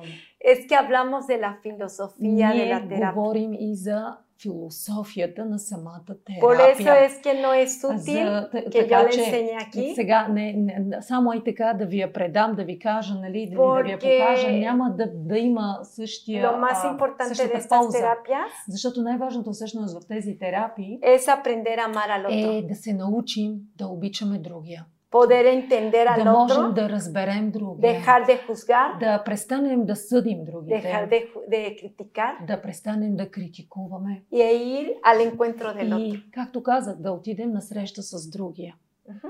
Speaker 4: es que hablamos de la filosofía de la
Speaker 2: ние
Speaker 4: terapia.
Speaker 2: говорим и за философията на самата терапия.
Speaker 4: Полеса е que no es útil, За, que yo le enseñé aquí.
Speaker 2: Сега не, не, само и така да ви я предам, да ви кажа, нали, да, Porque... да ви я покажа, няма да, да има същия,
Speaker 4: lo más importante
Speaker 2: е
Speaker 4: същата de полза. Terapias,
Speaker 2: Защото най-важното всъщност в тези терапии
Speaker 4: es aprender a amar al
Speaker 2: otro. е да се научим да обичаме другия.
Speaker 4: poder entender al
Speaker 2: да
Speaker 4: otro,
Speaker 2: можем да разберем другия,
Speaker 4: dejar de juzgar,
Speaker 2: да престанем да съдим другите,
Speaker 4: dejar de, de criticar,
Speaker 2: да престанем да критикуваме
Speaker 4: и e ir al encuentro del
Speaker 2: и,
Speaker 4: otro.
Speaker 2: както казах, да отидем на среща с другия.
Speaker 4: Uh-huh.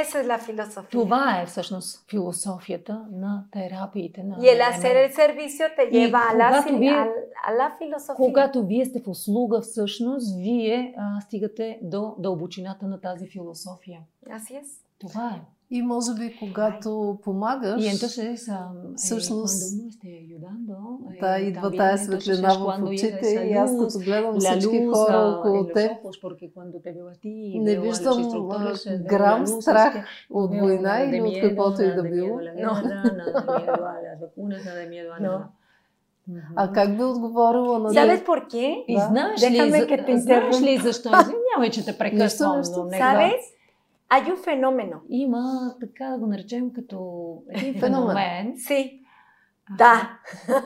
Speaker 4: Esa es la filosofía.
Speaker 2: Това е всъщност философията на терапиите на
Speaker 4: Y el hacer el servicio te lleva a la, вие, a, a la filosofía.
Speaker 2: Когато вие сте в услуга всъщност, вие а, стигате до дълбочината на тази философия.
Speaker 4: Así es.
Speaker 2: Това е.
Speaker 1: И може би, когато помагаш,
Speaker 2: и entonces, всъщност, е,
Speaker 1: да, идва тая светлина в очите и аз като гледам всички
Speaker 2: е,
Speaker 1: хора около теб, не виждам грам страх от война или от каквото и е, да било. А как би отговорила на
Speaker 4: Sabes por qué?
Speaker 2: И знаеш ли, знаеш ли защо? Извинявай, че те прекъсвам, но не
Speaker 4: Sabes? Hay un fenómeno.
Speaker 2: Има, така да го наречем, като един феномен.
Speaker 4: Sí. Да.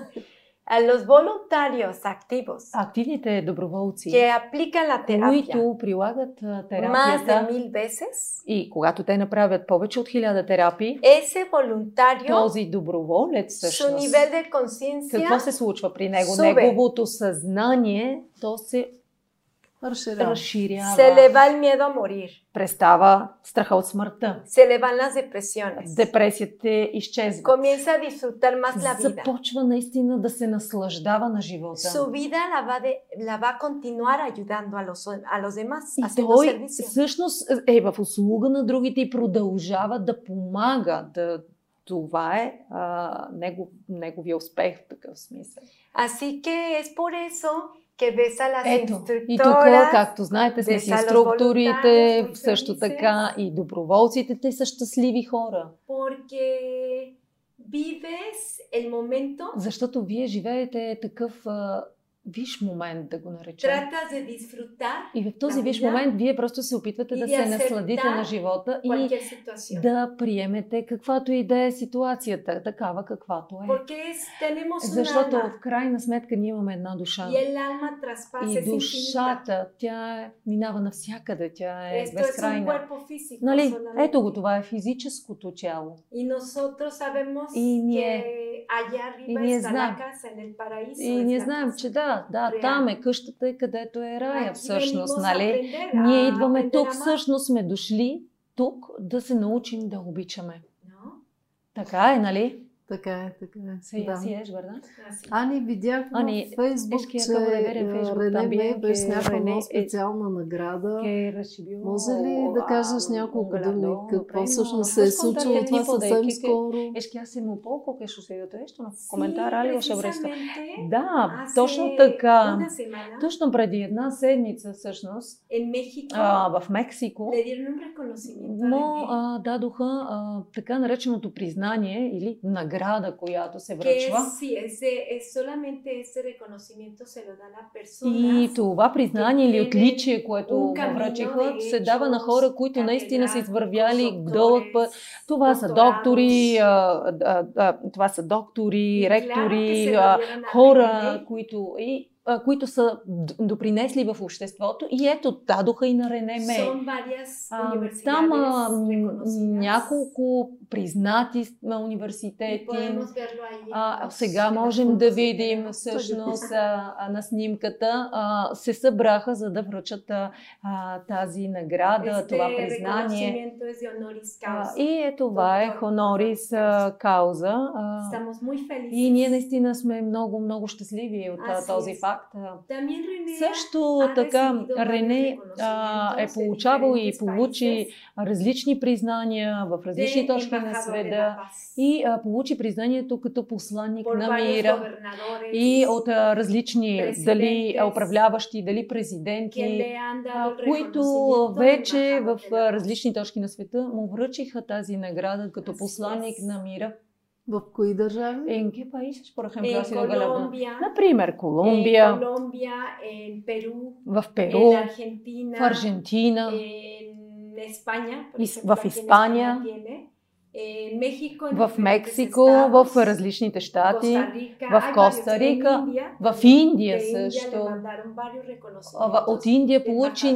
Speaker 4: A los voluntarios activos.
Speaker 2: Активните доброволци.
Speaker 4: Que aplican la terapia.
Speaker 2: Които прилагат терапията.
Speaker 4: Más de mil veces.
Speaker 2: И когато те направят повече от хиляда терапии.
Speaker 4: Ese voluntario.
Speaker 2: Този доброволец всъщност.
Speaker 4: Su nivel de conciencia.
Speaker 2: Какво се случва при него? Sube. Неговото съзнание, то се
Speaker 1: Разширява.
Speaker 2: Разширява.
Speaker 4: Se le va el miedo a morir.
Speaker 2: Престава страха от смъртта.
Speaker 4: Se le van las depresiones.
Speaker 2: Депресията е изчезва.
Speaker 4: Comienza a disfrutar más la vida.
Speaker 2: Започва наистина да се наслаждава на живота.
Speaker 4: Su vida la va, de, la va a continuar ayudando a los, a los demás.
Speaker 2: И той servicio. всъщност е в услуга на другите и продължава да помага, да, това е а, негов, неговия успех в такъв смисъл.
Speaker 4: Así que es por eso que ves a las
Speaker 2: Ето, и тук, както знаете, сме с инструкторите, също така и доброволците, те са щастливи хора.
Speaker 4: Porque vives el momento,
Speaker 2: защото вие живеете такъв а, виш момент, да го наречем.
Speaker 4: Tratas de disfrutar
Speaker 2: и в този виш момент вие просто се опитвате да се насладите на живота и да приемете каквато и да е ситуацията, такава каквато е. Защото в крайна сметка ние имаме една душа. И душата, тя е, минава навсякъде, тя е безкрайна. Нали? Ето го, това е физическото тяло.
Speaker 4: И
Speaker 2: ние,
Speaker 4: и ние знаем,
Speaker 2: и ние знаем, че да, да, Реально. там е къщата, е където е рая всъщност, нали? Ние идваме тук, всъщност сме дошли тук да се научим да обичаме. Така е, нали?
Speaker 1: Така е, така е.
Speaker 2: Си, да. си еш, верда? Ah,
Speaker 1: Ани, видях Ани, в Фейсбук, че Рене
Speaker 2: е
Speaker 1: Мебе с някаква специална награда. Може ли да кажеш няколко думи? Какво всъщност се е случило това съвсем скоро?
Speaker 2: Es que hace muy poco que sucedió todo esto. Nos comentar algo sobre esto. Ah, Да,
Speaker 1: е
Speaker 2: точно така. Точно преди една седмица, всъщност, в Мексико,
Speaker 1: е.
Speaker 2: но дадоха така нареченото признание или награда награда, която се връчва. И това признание или отличие, което
Speaker 1: е
Speaker 2: връчиха, се дава на хора, които наистина са извървяли дълъг път. Това са доктори, това са доктори, ректори, хора, които и които са допринесли в обществото и ето дадоха и на Рене Мей. е? Там няколко признати университети. А, сега можем да видим всъщност а, на снимката а, се събраха за да връчат а, тази награда, това признание. А, и е това е хонорис а, кауза. А, и ние наистина сме много, много щастливи от този факт факт. Също така
Speaker 4: нали,
Speaker 2: Рене а, е получавал и получи различни признания в различни точки на
Speaker 4: е
Speaker 2: света и а, получи признанието като посланник на мира и от а, различни дали управляващи, дали президенти, а, които вече в различни точки на света му връчиха тази награда като посланник на мира.
Speaker 1: В кои държави?
Speaker 2: En qué países, por ejemplo, ha
Speaker 4: En
Speaker 2: sido galardonado?
Speaker 4: Colombia,
Speaker 2: Например,
Speaker 4: en
Speaker 2: Colombia,
Speaker 4: Colombia, en Perú,
Speaker 2: в
Speaker 4: en
Speaker 2: Перу,
Speaker 4: Argentina,
Speaker 2: в
Speaker 4: Е,
Speaker 2: Аргентина,
Speaker 4: en España, por
Speaker 2: Y-
Speaker 4: ejemplo,
Speaker 2: в
Speaker 4: aquí en
Speaker 2: Испания.
Speaker 4: tiene, en México, en
Speaker 2: в
Speaker 4: diferentes
Speaker 2: Мексико, в
Speaker 4: estados,
Speaker 2: различните щати,
Speaker 4: Costa Rica,
Speaker 2: в
Speaker 4: hay
Speaker 2: Коста
Speaker 4: varios, en
Speaker 2: Рика,
Speaker 4: India,
Speaker 2: в Индия
Speaker 4: de India le
Speaker 2: също.
Speaker 4: mandaron varios
Speaker 2: А, в- От
Speaker 4: reconocimientos.
Speaker 2: Индия получи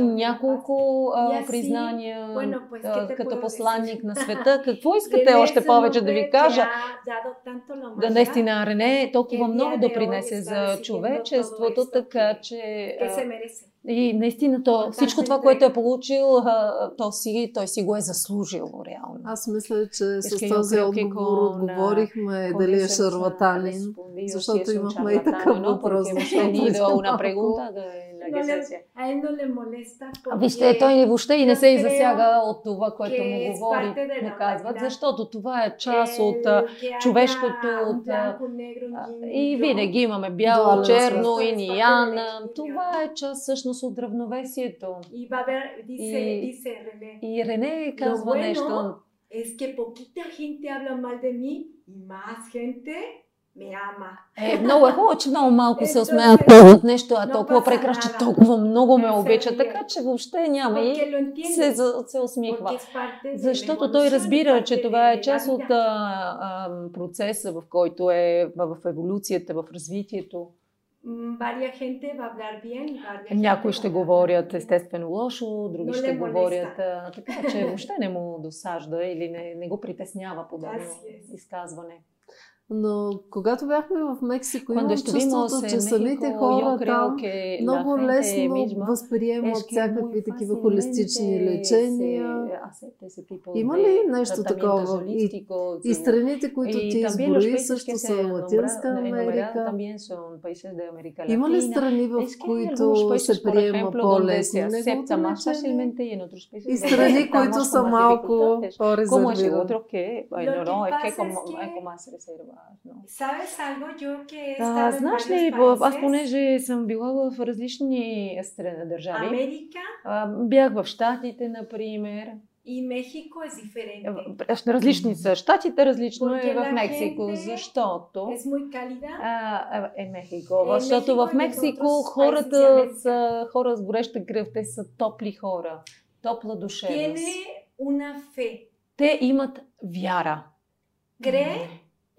Speaker 2: няколко а,
Speaker 4: И аз си-
Speaker 2: признания
Speaker 4: Bueno, pues, ¿qué
Speaker 2: а,
Speaker 4: te
Speaker 2: като
Speaker 4: puedo
Speaker 2: посланник
Speaker 4: decir?
Speaker 2: на света. Какво искате
Speaker 4: René
Speaker 2: още
Speaker 4: es un
Speaker 2: повече да
Speaker 4: hombre
Speaker 2: ви
Speaker 4: que
Speaker 2: кажа?
Speaker 4: ha dado tanto la
Speaker 2: Да,
Speaker 4: humanidad,
Speaker 2: наистина Рене толкова
Speaker 4: Е,
Speaker 2: много
Speaker 4: вярно е,
Speaker 2: да принесе
Speaker 4: Лариса,
Speaker 2: за
Speaker 4: си
Speaker 2: човечеството,
Speaker 4: едно това
Speaker 2: така
Speaker 4: нещо,
Speaker 2: че...
Speaker 4: que
Speaker 2: а,
Speaker 4: se merece.
Speaker 2: И наистина то,
Speaker 4: Контактна
Speaker 2: всичко това,
Speaker 4: интрига.
Speaker 2: което е получил, а, то си, той си го е заслужил реално.
Speaker 1: Аз мисля, че с
Speaker 2: Искам
Speaker 1: този
Speaker 2: да откликна
Speaker 1: отговор
Speaker 2: на
Speaker 1: отговорихме
Speaker 2: Con
Speaker 1: дали е
Speaker 2: eso nos ha
Speaker 1: шарлатанин.
Speaker 2: respondido
Speaker 1: Защото
Speaker 2: si es un
Speaker 1: имахме и
Speaker 2: charlatán
Speaker 1: такъв
Speaker 2: o no,
Speaker 1: въпрос,
Speaker 2: porque hemos
Speaker 1: защото
Speaker 2: tenido
Speaker 1: малко-
Speaker 2: una pregunta de la que
Speaker 4: No
Speaker 2: se
Speaker 4: le-
Speaker 2: hacía.
Speaker 4: A él no le molesta porque
Speaker 2: Вижте, е, той въобще и не се и
Speaker 4: Аз
Speaker 2: засяга от това, което
Speaker 4: че
Speaker 2: му
Speaker 4: е
Speaker 2: говори,
Speaker 4: спартен е
Speaker 2: му
Speaker 4: на
Speaker 2: казват,
Speaker 4: война.
Speaker 2: защото това е част
Speaker 4: el
Speaker 2: от... а,
Speaker 4: que haya
Speaker 2: човешкото,
Speaker 4: un
Speaker 2: от,
Speaker 4: blanco, un negro, un
Speaker 2: а,
Speaker 4: yin,
Speaker 2: И
Speaker 4: yo,
Speaker 2: винаги имаме
Speaker 1: Дуална
Speaker 2: бяло, черно,
Speaker 4: свързаност.
Speaker 2: инияна. Това е част всъщност от равновесието.
Speaker 4: Y va a haber, dice,
Speaker 2: Y-
Speaker 4: dice René,
Speaker 2: И Рене казва
Speaker 4: Доволно.
Speaker 2: нещо.
Speaker 4: es que poquita gente habla mal de mí y más gente me ama.
Speaker 2: Е, много е хубаво, че много малко се
Speaker 4: Ето,
Speaker 2: усмеят
Speaker 4: е.
Speaker 2: от нещо, а
Speaker 4: Но
Speaker 2: толкова
Speaker 4: пазара.
Speaker 2: прекрасно, че толкова много ме
Speaker 4: Не се
Speaker 2: обича.
Speaker 4: бие.
Speaker 2: Така че въобще няма
Speaker 4: Porque
Speaker 2: и
Speaker 4: lo
Speaker 2: Ами, се,
Speaker 4: entiende.
Speaker 2: за- се усмихва.
Speaker 4: Porque es parte de
Speaker 2: Защото
Speaker 4: la
Speaker 2: той
Speaker 4: evolución,
Speaker 2: разбира,
Speaker 4: parte
Speaker 2: че това
Speaker 4: de
Speaker 2: е част
Speaker 4: la
Speaker 2: от а,
Speaker 4: vida.
Speaker 2: а, процеса, в който е в в еволюцията, в развитието.
Speaker 4: М, Varia gente va a hablar bien. varia
Speaker 2: Някои
Speaker 4: gente
Speaker 2: ще
Speaker 4: va a hablar
Speaker 2: говорят
Speaker 4: bien.
Speaker 2: естествено лошо, други
Speaker 4: Но
Speaker 2: ще
Speaker 4: не му
Speaker 2: говорят а, така, че въобще не му досажда или не, не го притеснява подобно
Speaker 4: Аз е.
Speaker 2: изказване.
Speaker 1: Но когато бяхме в Мексико,
Speaker 2: Cuando
Speaker 1: имам
Speaker 2: estuvimos
Speaker 1: чувството,
Speaker 2: en
Speaker 1: че самите
Speaker 2: México,
Speaker 1: хора
Speaker 2: yo creo
Speaker 1: там
Speaker 2: que
Speaker 1: много
Speaker 2: la gente
Speaker 1: лесно
Speaker 2: misma
Speaker 1: възприемат
Speaker 2: es que muy
Speaker 1: всякакви такива холистични
Speaker 2: fácilmente
Speaker 1: лечения.
Speaker 2: se acepta ese tipo
Speaker 1: Има
Speaker 2: de
Speaker 1: ли нещо
Speaker 2: tratamientos
Speaker 1: такова? И-
Speaker 2: holísticos
Speaker 1: И
Speaker 2: o-
Speaker 1: страните, които ти
Speaker 2: Y también los
Speaker 1: изброи,
Speaker 2: países que
Speaker 1: също
Speaker 2: se
Speaker 1: са Латинска
Speaker 2: nombra- enumeraron
Speaker 1: Америка.
Speaker 2: también son países de América
Speaker 1: Има ли
Speaker 2: Latina.
Speaker 1: страни, в
Speaker 2: Es que hay algunos
Speaker 1: които
Speaker 2: países,
Speaker 1: се
Speaker 2: por
Speaker 1: приема
Speaker 2: ejemplo, donde se
Speaker 1: по-лесно
Speaker 2: acepta más
Speaker 1: неговото лечение?
Speaker 2: fácilmente y en otros países
Speaker 1: И
Speaker 2: donde
Speaker 1: страни,
Speaker 2: aceptamos
Speaker 1: които
Speaker 2: con
Speaker 1: са
Speaker 2: más
Speaker 1: малко
Speaker 2: dificultades. Como es
Speaker 1: по-резервирани.
Speaker 2: otro que, bueno,
Speaker 4: Lo que
Speaker 2: no, es que
Speaker 4: pasa
Speaker 2: como,
Speaker 4: es que-
Speaker 2: hay con más reservas, ¿no? Ah,
Speaker 4: ¿Sabes algo? Yo que he
Speaker 2: А,
Speaker 4: estado en
Speaker 2: знаеш ли,
Speaker 4: varios
Speaker 2: в- аз
Speaker 4: países,
Speaker 2: понеже съм била в различни страни, държави,
Speaker 4: América
Speaker 2: а, бях в Штатите, например,
Speaker 4: y México es
Speaker 2: Е,
Speaker 4: diferente.
Speaker 2: Аз- Различни са щатите, различно е
Speaker 4: Porque
Speaker 2: в
Speaker 4: la
Speaker 2: Мексико,
Speaker 4: gente
Speaker 2: защото
Speaker 4: Es muy cálida.
Speaker 2: а, е, е Мехико,
Speaker 4: Е,
Speaker 2: защото в
Speaker 4: Мехико и
Speaker 2: Мексико
Speaker 4: Honduras,
Speaker 2: хората
Speaker 4: Азия,
Speaker 2: са хора с гореща кръв, те са топли хора, топла душевност.
Speaker 4: Tiene una fe.
Speaker 2: Те имат вяра.
Speaker 4: Cree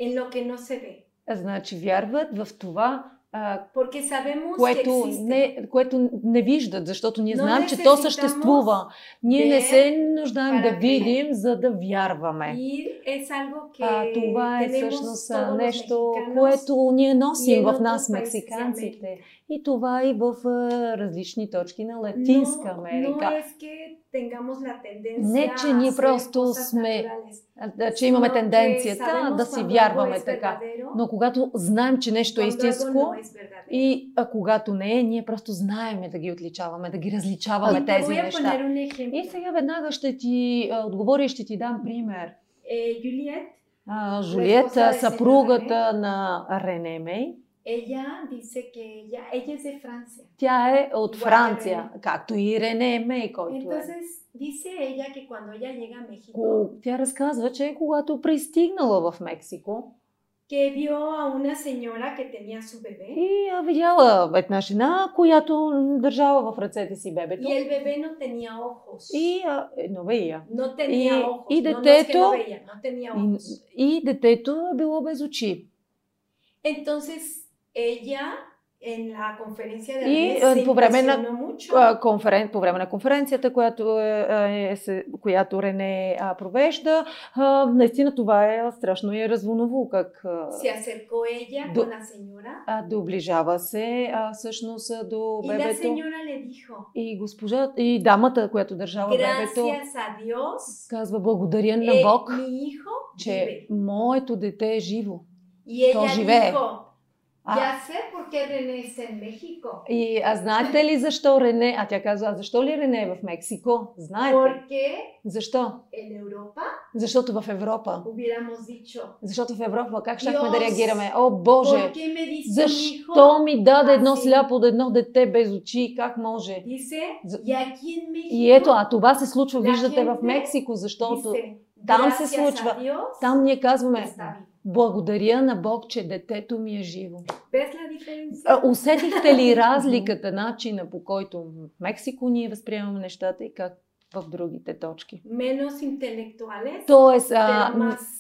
Speaker 4: en lo que no se ve.
Speaker 2: Значи вярват в това, а,
Speaker 4: Porque sabemos que
Speaker 2: което
Speaker 4: existe.
Speaker 2: не, което не виждат, защото ние
Speaker 4: Но
Speaker 2: знаем,
Speaker 4: не
Speaker 2: че
Speaker 4: се
Speaker 2: то
Speaker 4: виждам
Speaker 2: съществува. Ние
Speaker 4: де
Speaker 2: не се нуждаем да
Speaker 4: караме.
Speaker 2: видим, за да вярваме.
Speaker 4: Y es algo que
Speaker 2: А, това е
Speaker 4: tenemos
Speaker 2: всъщност
Speaker 4: todos
Speaker 2: а,
Speaker 4: los
Speaker 2: нещо,
Speaker 4: mexicanos.
Speaker 2: което ние
Speaker 4: и
Speaker 2: носим
Speaker 4: едно
Speaker 2: в нас,
Speaker 4: от тези
Speaker 2: мексиканците.
Speaker 4: Америка.
Speaker 2: И това и в а, различни точки на Латинска
Speaker 4: No, no
Speaker 2: Америка.
Speaker 4: es que tengamos la
Speaker 2: Не,
Speaker 4: tendencia
Speaker 2: че ние
Speaker 4: a hacer
Speaker 2: просто
Speaker 4: cosas
Speaker 2: сме
Speaker 4: naturales,
Speaker 2: А, да, Че имаме
Speaker 4: sino que
Speaker 2: тенденцията
Speaker 4: sabemos
Speaker 2: да си
Speaker 4: cuando algo
Speaker 2: вярваме
Speaker 4: es
Speaker 2: така.
Speaker 4: verdadero,
Speaker 2: Но когато знаем, че нещо е
Speaker 4: cuando algo
Speaker 2: истинско
Speaker 4: no es verdadero.
Speaker 2: и а, когато не е, ние просто знаеме да ги отличаваме, да ги
Speaker 4: Y
Speaker 2: различаваме
Speaker 4: te
Speaker 2: тези
Speaker 4: voy a poner
Speaker 2: неща.
Speaker 4: un ejemplo.
Speaker 2: И сега веднага ще ти а, отговоря и ще ти дам пример.
Speaker 4: Eh, Juliet,
Speaker 2: А, Жулиет,
Speaker 4: Лесно,
Speaker 2: а,
Speaker 4: сега
Speaker 2: съпругата на Рене Мей,
Speaker 4: ella dice que ella, ella es de Francia.
Speaker 2: Тя е от
Speaker 4: Guadalupe.
Speaker 2: Франция, както и Рене Мей, който е.
Speaker 4: Entonces dice ella que cuando ella llega a México,
Speaker 2: Ко- Тя разказва, че когато е пристигнала в Мексико
Speaker 4: que vio a una señora que tenía su bebé
Speaker 2: и я видяла една жена, която държала в ръцете си бебето
Speaker 4: y el бебé no tenía ojos.
Speaker 2: и а, едно бия.
Speaker 4: no tenía
Speaker 2: y-
Speaker 4: ojos.
Speaker 2: y
Speaker 4: no, no es que
Speaker 2: detecto-
Speaker 4: no veía, no tenía
Speaker 2: И,
Speaker 4: ojos.
Speaker 2: и детето е било без очи.
Speaker 4: Entonces ella en la conferencia
Speaker 2: Y,
Speaker 4: de René
Speaker 2: eh,
Speaker 4: se
Speaker 2: tu времena-
Speaker 4: impresionó mucho.
Speaker 2: А, Конферен... По време на конференцията, която, е, е, е, се- която Рене а, провежда, а, наистина това е страшно и е развълнувало как а,
Speaker 4: Se acercó
Speaker 2: Do-
Speaker 4: ella con la señora
Speaker 2: а, доближава се а, всъщност а, до
Speaker 4: y la
Speaker 2: бебето.
Speaker 4: señora le dijo,
Speaker 2: И госпожа, и дамата, която държала бебето,
Speaker 4: gracias a Dios,
Speaker 2: казва благодаря на
Speaker 4: eh,
Speaker 2: Бог,
Speaker 4: mi hijo
Speaker 2: че
Speaker 4: vive.
Speaker 2: моето дете е живо.
Speaker 4: Y ella
Speaker 2: Entonces, ve.
Speaker 4: dijo,
Speaker 2: А,
Speaker 4: ya sé por qué René está en México.
Speaker 2: и, а знаете ли защо Рене, а тя казва, а защо ли Рене е в Мексико? Знаете.
Speaker 4: Porque
Speaker 2: Защо?
Speaker 4: en Europa
Speaker 2: Защото в Европа.
Speaker 4: hubiéramos dicho,
Speaker 2: Защото в Европа как щяхме да
Speaker 4: Йос!
Speaker 2: реагираме? О,
Speaker 4: ¿por
Speaker 2: Боже!
Speaker 4: qué me dice mi
Speaker 2: Защо
Speaker 4: hijo?
Speaker 2: ми даде едно
Speaker 4: Аз си-
Speaker 2: сляпо от едно дете без очи? Как може?
Speaker 4: Dice,
Speaker 2: За-
Speaker 4: y aquí en México
Speaker 2: И ето, а това се случва,
Speaker 4: Да,
Speaker 2: виждате, в
Speaker 4: хенте,
Speaker 2: Мексико, защото
Speaker 4: dice,
Speaker 2: там се
Speaker 4: gracias
Speaker 2: случва.
Speaker 4: a Dios,
Speaker 2: там ние казваме,
Speaker 4: está vivo.
Speaker 2: Благодаря на Бог, че детето ми е живо.
Speaker 4: Без ли
Speaker 2: Oh,
Speaker 4: диференция?
Speaker 2: Усетихте ли разликата, начина по който в Мексико ние възприемаме нещата и как в другите точки?
Speaker 4: Менос интелектуалес.
Speaker 2: Тоест, а,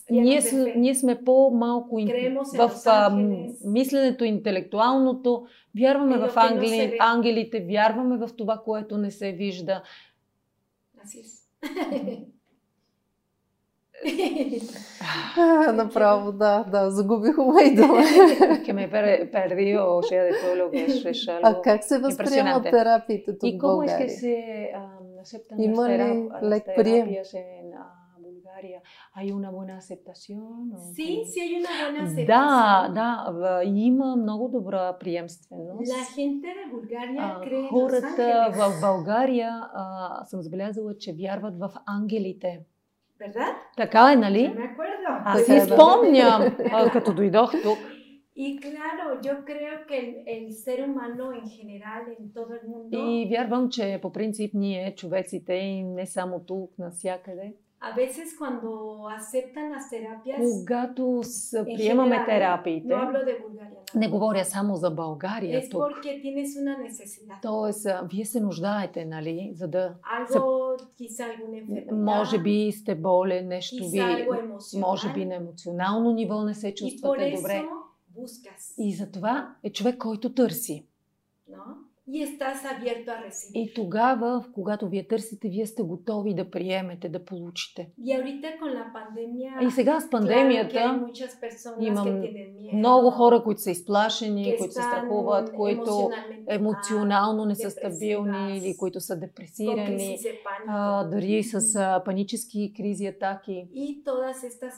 Speaker 2: ние, сме, ние сме по-малко ин... в а, мисленето интелектуалното, вярваме Pero в ангели, no ангелите, вярваме в това, което не се вижда.
Speaker 1: Направо, да, да, загубих умейда.
Speaker 2: Que me he perdido, o sea, de todo lo que es, es algo
Speaker 1: А как се възприемат терапиите тук
Speaker 2: в България? И се aceptan Има
Speaker 1: ли
Speaker 2: терап... лек прием? Bulgaria. Hay una buena aceptación?
Speaker 4: Sí, sí hay una buena aceptación.
Speaker 2: Да, да, има много добра приемственост.
Speaker 4: La gente de Bulgaria
Speaker 2: а, cree хората в България а, съм забелязала, че вярват в ангелите.
Speaker 4: ¿verdad?
Speaker 2: Така е, нали? Аз си спомням, като дойдох тук.
Speaker 4: И claro, yo creo que el, el ser humano en general, en todo el mundo...
Speaker 2: И вярвам, че по принцип ние, човеците, и не само тук, навсякъде,
Speaker 4: A veces cuando aceptan las terapias,
Speaker 2: когато приемаме терапиите,
Speaker 4: no hablo de Bulgaria,
Speaker 2: не говоря само за България
Speaker 4: es тук. Porque tienes una necesidad.
Speaker 2: Тоест, вие се нуждаете, нали, за да...
Speaker 4: Algo, quizá
Speaker 2: може би сте болен, нещо ви...
Speaker 4: Може
Speaker 2: би на емоционално ниво не се чувствате добре.
Speaker 4: Buscas.
Speaker 2: И затова е човек, който търси.
Speaker 4: No? И estás abierto a recibir.
Speaker 2: И тогава, когато вие търсите, вие сте готови да приемете, да получите.
Speaker 4: И ahorita con la pandemia,
Speaker 2: И сега с пандемията
Speaker 4: е claro,
Speaker 2: имам много хора, които са
Speaker 4: е
Speaker 2: изплашени, които се страхуват, които емоционално не са стабилни или които са
Speaker 4: ah,
Speaker 2: депресирани, а, дори с а, панически кризи, атаки.
Speaker 4: И,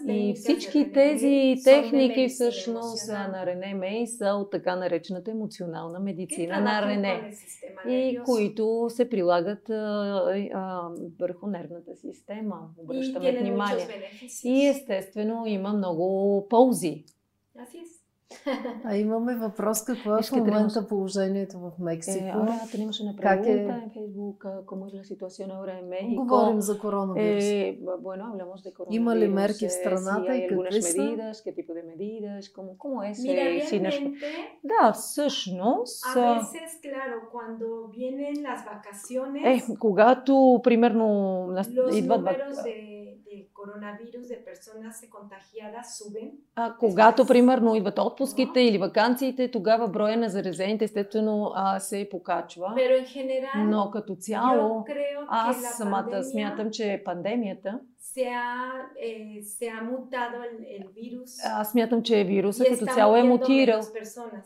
Speaker 2: и всички тези техники
Speaker 4: е
Speaker 2: всъщност са на Рене Мей са от така наречената емоционална медицина на Рене и които се прилагат а, а, върху нервната система. Обръщаме и внимание. И естествено има много ползи.
Speaker 1: А имаме въпрос какво е в момента положението в Мексико. Е,
Speaker 2: ahora tenemos una
Speaker 1: как
Speaker 2: е... en Facebook, ¿cómo es la situación ahora en México?
Speaker 1: Говорим за коронавирус.
Speaker 2: Е, bueno, hablamos de coronavirus.
Speaker 1: Има ли мерки в
Speaker 2: е
Speaker 1: страната и какви са?
Speaker 2: Medidas, qué tipo de medidas, cómo, cómo es?
Speaker 4: Mira, realmente,
Speaker 2: да, всъщност...
Speaker 4: A veces, claro, cuando vienen las vacaciones...
Speaker 2: Е, когато, примерно,
Speaker 4: идват... Los коронавирус de personas contagiadas suben.
Speaker 2: А, когато, примерно, идват отпуските no. или вакансиите, тогава броя на заразените естествено а, се покачва.
Speaker 4: Pero en general,
Speaker 2: Но като цяло,
Speaker 4: creo,
Speaker 2: аз самата смятам, че е пандемията
Speaker 4: се ha, eh, se ha mutado el, el virus.
Speaker 2: Аз смятам, че вируса като цяло е мутирал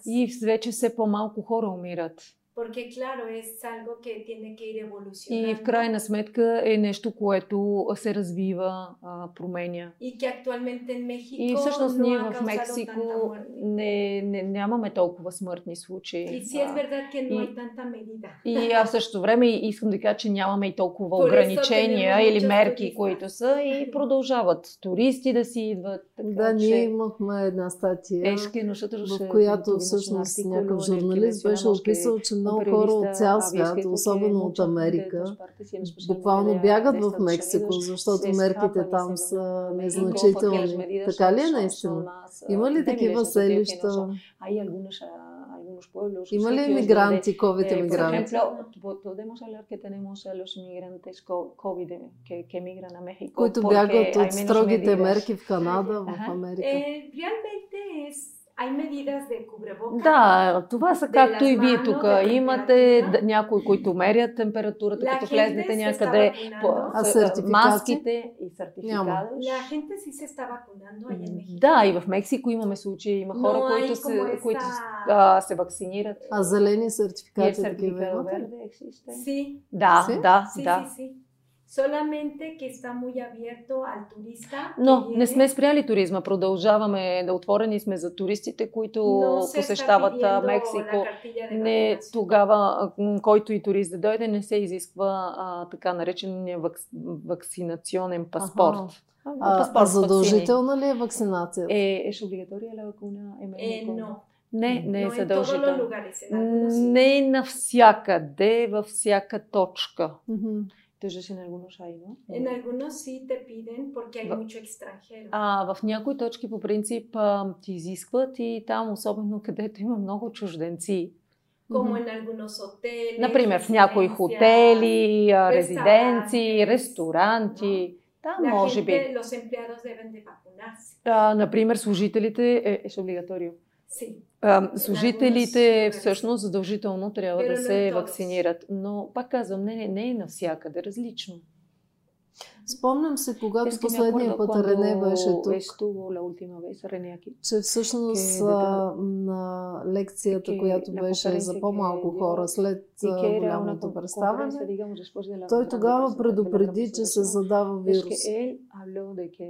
Speaker 2: и вече все по-малко хора умират.
Speaker 4: Porque claro, es algo que tiene que ir evolucionando.
Speaker 2: И в крайна сметка е нещо, което се развива, а, променя.
Speaker 4: И que actualmente en México
Speaker 2: И всъщност ние в Мексико не, не, нямаме толкова смъртни случаи.
Speaker 4: И си е verdad que no hay tanta medida.
Speaker 2: И аз също време искам да кажа, че нямаме и толкова Por ограничения или мерки, които са и продължават туристи да си идват. Така,
Speaker 1: да, че... ние имахме една статия,
Speaker 2: Ешки, в
Speaker 1: която всъщност някакъв журналист беше описал, че много хора от цял свят, особено от Америка, буквално бягат в Мексико, защото мерките там са незначителни. Така ли Ами, е наистина? Има ли такива
Speaker 2: е
Speaker 1: селища? Има
Speaker 2: е
Speaker 1: ли емигранти, COVID-емигранти? Които бягат от строгите мерки в Канада, в Америка?
Speaker 4: Eh, Hay medidas de cubrebocas.
Speaker 2: Да, това са както и вие тук. Имате някои, които мерят температурата, като влезнете някъде.
Speaker 1: А
Speaker 2: eh, маските и сертификата.
Speaker 4: Mm.
Speaker 2: mm, Да, и в Мексико имаме случаи. Има хора, които, се, които а, се вакцинират.
Speaker 1: А зелени сертификати
Speaker 2: такива имате?
Speaker 4: Да,
Speaker 2: да, да.
Speaker 4: Solamente que está muy abierto al turista.
Speaker 2: Но не сме спряли туризма. Продължаваме да отворени сме за туристите, които no посещават Мексико. Не тогава, който и турист да дойде, не се изисква а, така наречения вак, вакцинационен паспорт. Ага.
Speaker 1: А, паспорт, а задължителна ли е вакцинацията?
Speaker 2: Е, еш обligatoria la vacuna en
Speaker 4: México? Е, Eh, no.
Speaker 2: Не, не е задължително. е
Speaker 4: Не
Speaker 2: навсякъде, във всяка точка. Е, Mm-hmm
Speaker 3: Тежеш и на algunos hay, no?
Speaker 4: En algunos sí te piden porque hay mucho extranjero.
Speaker 2: А в някои точки по принцип ти изискват и там, особено където има много чужденци,
Speaker 4: como en algunos hoteles.
Speaker 2: Например, в някои хотели, резиденции, ресторанти. Да,
Speaker 4: La
Speaker 2: може би.
Speaker 4: Gente, los empleados deben de vacunarse.
Speaker 2: Да, например, служителите е, е облигаторио.
Speaker 4: Sí.
Speaker 2: А, служителите всъщност задължително трябва
Speaker 4: Pero
Speaker 2: да
Speaker 4: no
Speaker 2: се
Speaker 4: todos.
Speaker 2: вакцинират. Но пак казвам, не, не, не е навсякъде различно.
Speaker 1: Спомням се, когато
Speaker 2: Es que me
Speaker 1: последния
Speaker 2: acuerdo
Speaker 1: път
Speaker 2: cuando
Speaker 1: Рене беше
Speaker 2: е
Speaker 1: тук,
Speaker 2: estuvo la última vez René aquí.
Speaker 1: че всъщност
Speaker 2: que-
Speaker 1: а, на лекцията,
Speaker 2: que-
Speaker 1: която
Speaker 2: на
Speaker 1: беше
Speaker 2: конференция,
Speaker 1: за по-малко
Speaker 2: que-
Speaker 1: хора след
Speaker 2: Y
Speaker 1: а,
Speaker 2: que era una
Speaker 1: голямото
Speaker 2: con-
Speaker 1: представяне,
Speaker 2: conferencia, digamos, después de la
Speaker 1: той
Speaker 2: grande
Speaker 1: тогава
Speaker 2: presentación de la
Speaker 1: предупреди,
Speaker 2: gran
Speaker 1: че се
Speaker 2: presentación.
Speaker 1: задава
Speaker 2: Es
Speaker 1: вирус.
Speaker 2: que él habló de que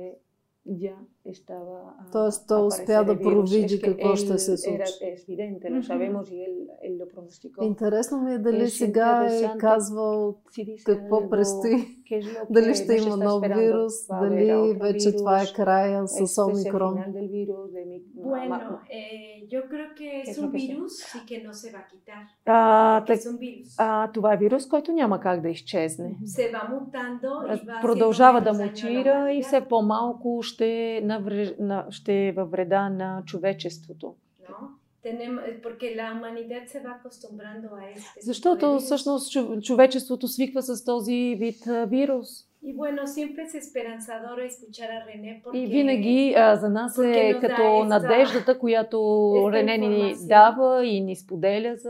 Speaker 2: ya estaba a-
Speaker 1: Тоест, той
Speaker 2: a
Speaker 1: успя да
Speaker 2: aparecer el virus.
Speaker 1: провиди
Speaker 2: Es que
Speaker 1: какво ще
Speaker 2: él
Speaker 1: се
Speaker 2: era
Speaker 1: случи.
Speaker 2: evidente, lo
Speaker 4: Мгм.
Speaker 2: sabemos y él- él lo pronosticó.
Speaker 1: Интересно ми е дали
Speaker 2: Беше
Speaker 1: сега е
Speaker 2: интересант.
Speaker 1: казвал
Speaker 2: Si dice
Speaker 1: какво
Speaker 2: algo,
Speaker 1: предстои,
Speaker 2: ¿qué es lo que
Speaker 1: дали
Speaker 2: nos
Speaker 1: ще има
Speaker 2: está
Speaker 1: нов
Speaker 2: esperando?
Speaker 1: вирус,
Speaker 2: Va a haber
Speaker 1: дали
Speaker 2: otro
Speaker 1: вече това е
Speaker 2: virus,
Speaker 1: края
Speaker 2: este es
Speaker 1: с
Speaker 2: el
Speaker 1: омикрон.
Speaker 2: final del virus, de mi- ma- ma-
Speaker 4: Bueno, eh, yo creo que
Speaker 2: ¿Qué
Speaker 4: es
Speaker 2: es lo
Speaker 4: un
Speaker 2: que sea?
Speaker 4: virus y que no se va a quitar.
Speaker 2: А,
Speaker 4: que
Speaker 2: так-
Speaker 4: es un virus.
Speaker 2: а, това е вирус, който няма как да изчезне.
Speaker 4: Se va mutando y va
Speaker 2: Е, Продължава да
Speaker 4: haciendo menos daño a la
Speaker 2: мутира и
Speaker 4: humanidad,
Speaker 2: все по-малко ще, навреж... на... ще е във вреда на човечеството.
Speaker 4: ¿no? Tenemos, eh, porque la humanidad se va acostumbrando a este. tipo de
Speaker 2: Защото
Speaker 4: virus.
Speaker 2: всъщност чов- човечеството свиква с този вид а, вирус.
Speaker 4: Y bueno, siempre es esperanzador escuchar a René porque
Speaker 2: И винаги а, за нас е
Speaker 4: Porque nos da
Speaker 2: като
Speaker 4: esta-
Speaker 2: надеждата, която
Speaker 4: esta
Speaker 2: Рене ни
Speaker 4: información.
Speaker 2: дава и ни споделя за...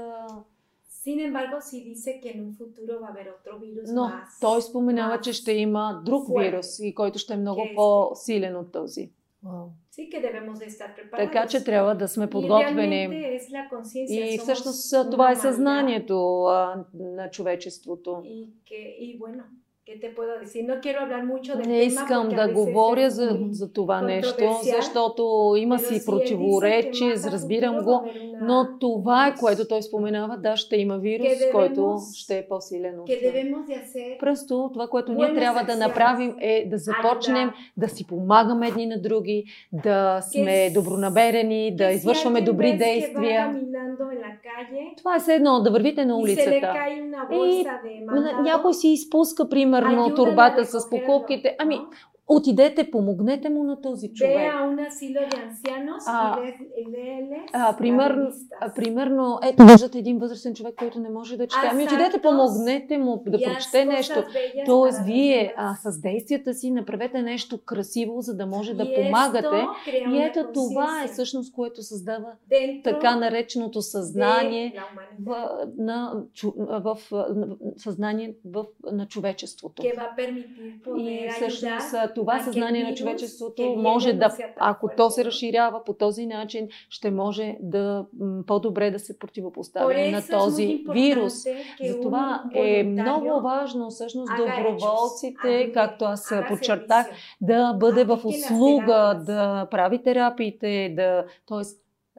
Speaker 4: sin embargo sí dice que en un futuro va a haber otro virus
Speaker 2: Но
Speaker 4: más.
Speaker 2: той споменава,
Speaker 4: Аз-
Speaker 2: че ще има друг
Speaker 4: Fuerte.
Speaker 2: вирус, и който ще е много
Speaker 4: Гейсти.
Speaker 2: по-силен от този.
Speaker 1: Вау.
Speaker 4: Sí que debemos de estar preparados.
Speaker 2: Така че трябва да сме
Speaker 4: y
Speaker 2: подготвени.
Speaker 4: realmente es la conciencia.
Speaker 2: И
Speaker 4: somos
Speaker 2: всъщност
Speaker 4: una
Speaker 2: а, това е
Speaker 4: humanidad.
Speaker 2: съзнанието а, на човечеството.
Speaker 4: Y, que, y bueno, ¿qué te puedo decir? No quiero hablar mucho del
Speaker 2: Не
Speaker 4: tema
Speaker 2: искам
Speaker 4: porque a
Speaker 2: да
Speaker 4: veces
Speaker 2: говоря
Speaker 4: es
Speaker 2: за,
Speaker 4: muy-
Speaker 2: за това нещо,
Speaker 4: controversial,
Speaker 2: защото има
Speaker 4: Pero sí, él
Speaker 2: си е
Speaker 4: dice que
Speaker 2: противоречие,
Speaker 4: más a
Speaker 2: разбирам
Speaker 4: futuro
Speaker 2: го.
Speaker 4: va a haber una-
Speaker 2: Но това е, което той споменава. Да, ще има вирус,
Speaker 4: Къде
Speaker 2: който
Speaker 4: вирус?
Speaker 2: ще е по-силен от
Speaker 4: que
Speaker 2: това.
Speaker 4: debemos de hacer
Speaker 2: Просто това, което ние
Speaker 4: Buenas
Speaker 2: трябва да
Speaker 4: acciones.
Speaker 2: направим е да започнем да си помагаме едни на други, да сме
Speaker 4: Que-
Speaker 2: добронамерени, да
Speaker 4: que si
Speaker 2: извършваме
Speaker 4: alguien
Speaker 2: добри
Speaker 4: ves que va
Speaker 2: действия.
Speaker 4: caminando en la calle
Speaker 2: Това е все едно да вървите на
Speaker 4: y se le
Speaker 2: улицата. Е,
Speaker 4: cae una bolsa de mandado,
Speaker 2: Нали, Някой си изпуска, примерно,
Speaker 4: ayúdale a
Speaker 2: турбата с
Speaker 4: recogerlo,
Speaker 2: покупките. Ами,
Speaker 4: ¿no?
Speaker 2: отидете, помогнете му на този
Speaker 4: Ve
Speaker 2: човек.
Speaker 4: a un asilo de ancianos
Speaker 2: Ah.
Speaker 4: y lee- y léeles
Speaker 2: Ah,
Speaker 4: las
Speaker 2: primer-
Speaker 4: revistas.
Speaker 2: А, примерно, ето, виждате един възрастен човек, който не може да чете.
Speaker 4: Аз
Speaker 2: Ами, отидете,
Speaker 4: всъщност
Speaker 2: помогнете му да
Speaker 4: Y haz
Speaker 2: прочете
Speaker 4: cosas
Speaker 2: нещо.
Speaker 4: bellas
Speaker 2: Тоест,
Speaker 4: para los
Speaker 2: вие
Speaker 4: demás.
Speaker 2: а, с действията си направете нещо красиво, за да може да
Speaker 4: Y
Speaker 2: помагате.
Speaker 4: esto crea
Speaker 2: И
Speaker 4: una
Speaker 2: ето това е
Speaker 4: conciencia
Speaker 2: всъщност, което създава
Speaker 4: dentro
Speaker 2: така нареченото
Speaker 4: de
Speaker 2: съзнание
Speaker 4: la humanidad
Speaker 2: в, на, чу- в, в съзнание в, на човечеството.
Speaker 4: que va a permitir
Speaker 2: И
Speaker 4: poder ayudar
Speaker 2: всъщност а, това
Speaker 4: а
Speaker 2: съзнание на
Speaker 4: вирус е
Speaker 2: човечеството
Speaker 4: вирус,
Speaker 2: може да,
Speaker 4: е
Speaker 2: ако
Speaker 4: такова.
Speaker 2: то се разширява по този начин, ще може да м, по-добре да се
Speaker 4: Por
Speaker 2: противопоставя на
Speaker 4: eso es muy
Speaker 2: този
Speaker 4: importante
Speaker 2: вирус.
Speaker 4: que
Speaker 2: Затова
Speaker 4: un
Speaker 2: е
Speaker 4: voluntario
Speaker 2: много важно всъщност
Speaker 4: haga hechos,
Speaker 2: доброволците,
Speaker 4: ayude,
Speaker 2: както аз
Speaker 4: haga
Speaker 2: подчертах,
Speaker 4: servicio.
Speaker 2: да бъде в
Speaker 4: Практики на
Speaker 2: услуга,
Speaker 4: терапия.
Speaker 2: да прави терапиите, да, т.е.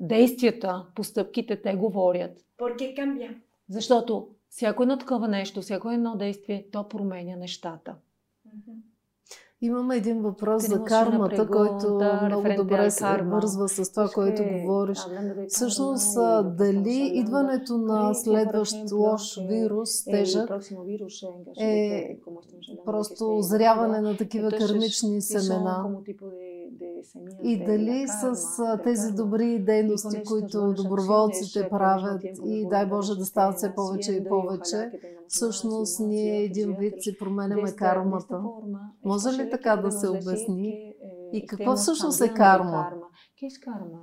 Speaker 2: действията, постъпките те говорят.
Speaker 4: Porque cambia.
Speaker 2: Защото всяко едно такова нещо, всяко едно действие, то променя нещата.
Speaker 4: Мгм.
Speaker 1: Имаме един въпрос
Speaker 2: Tenemos
Speaker 1: за
Speaker 2: una
Speaker 1: кармата, който
Speaker 2: pregunta
Speaker 1: много
Speaker 2: referente
Speaker 1: добре
Speaker 2: al
Speaker 1: се
Speaker 2: karma.
Speaker 1: вързва с това, което говориш. Всъщност, а, дали
Speaker 2: Е,
Speaker 1: идването на
Speaker 2: Ей,
Speaker 1: следващ
Speaker 2: по-върхен
Speaker 1: лош
Speaker 2: план, че
Speaker 1: вирус, тежък, е просто
Speaker 2: Е,
Speaker 1: озряване на такива кърмични семена и дали с а, тези добри дейности, които доброволците правят и дай Боже да стават все повече и повече, всъщност ние един вид си променяме кармата.
Speaker 2: Може ли така да е, се обясни? И какво всъщност е
Speaker 1: карма?
Speaker 2: карма?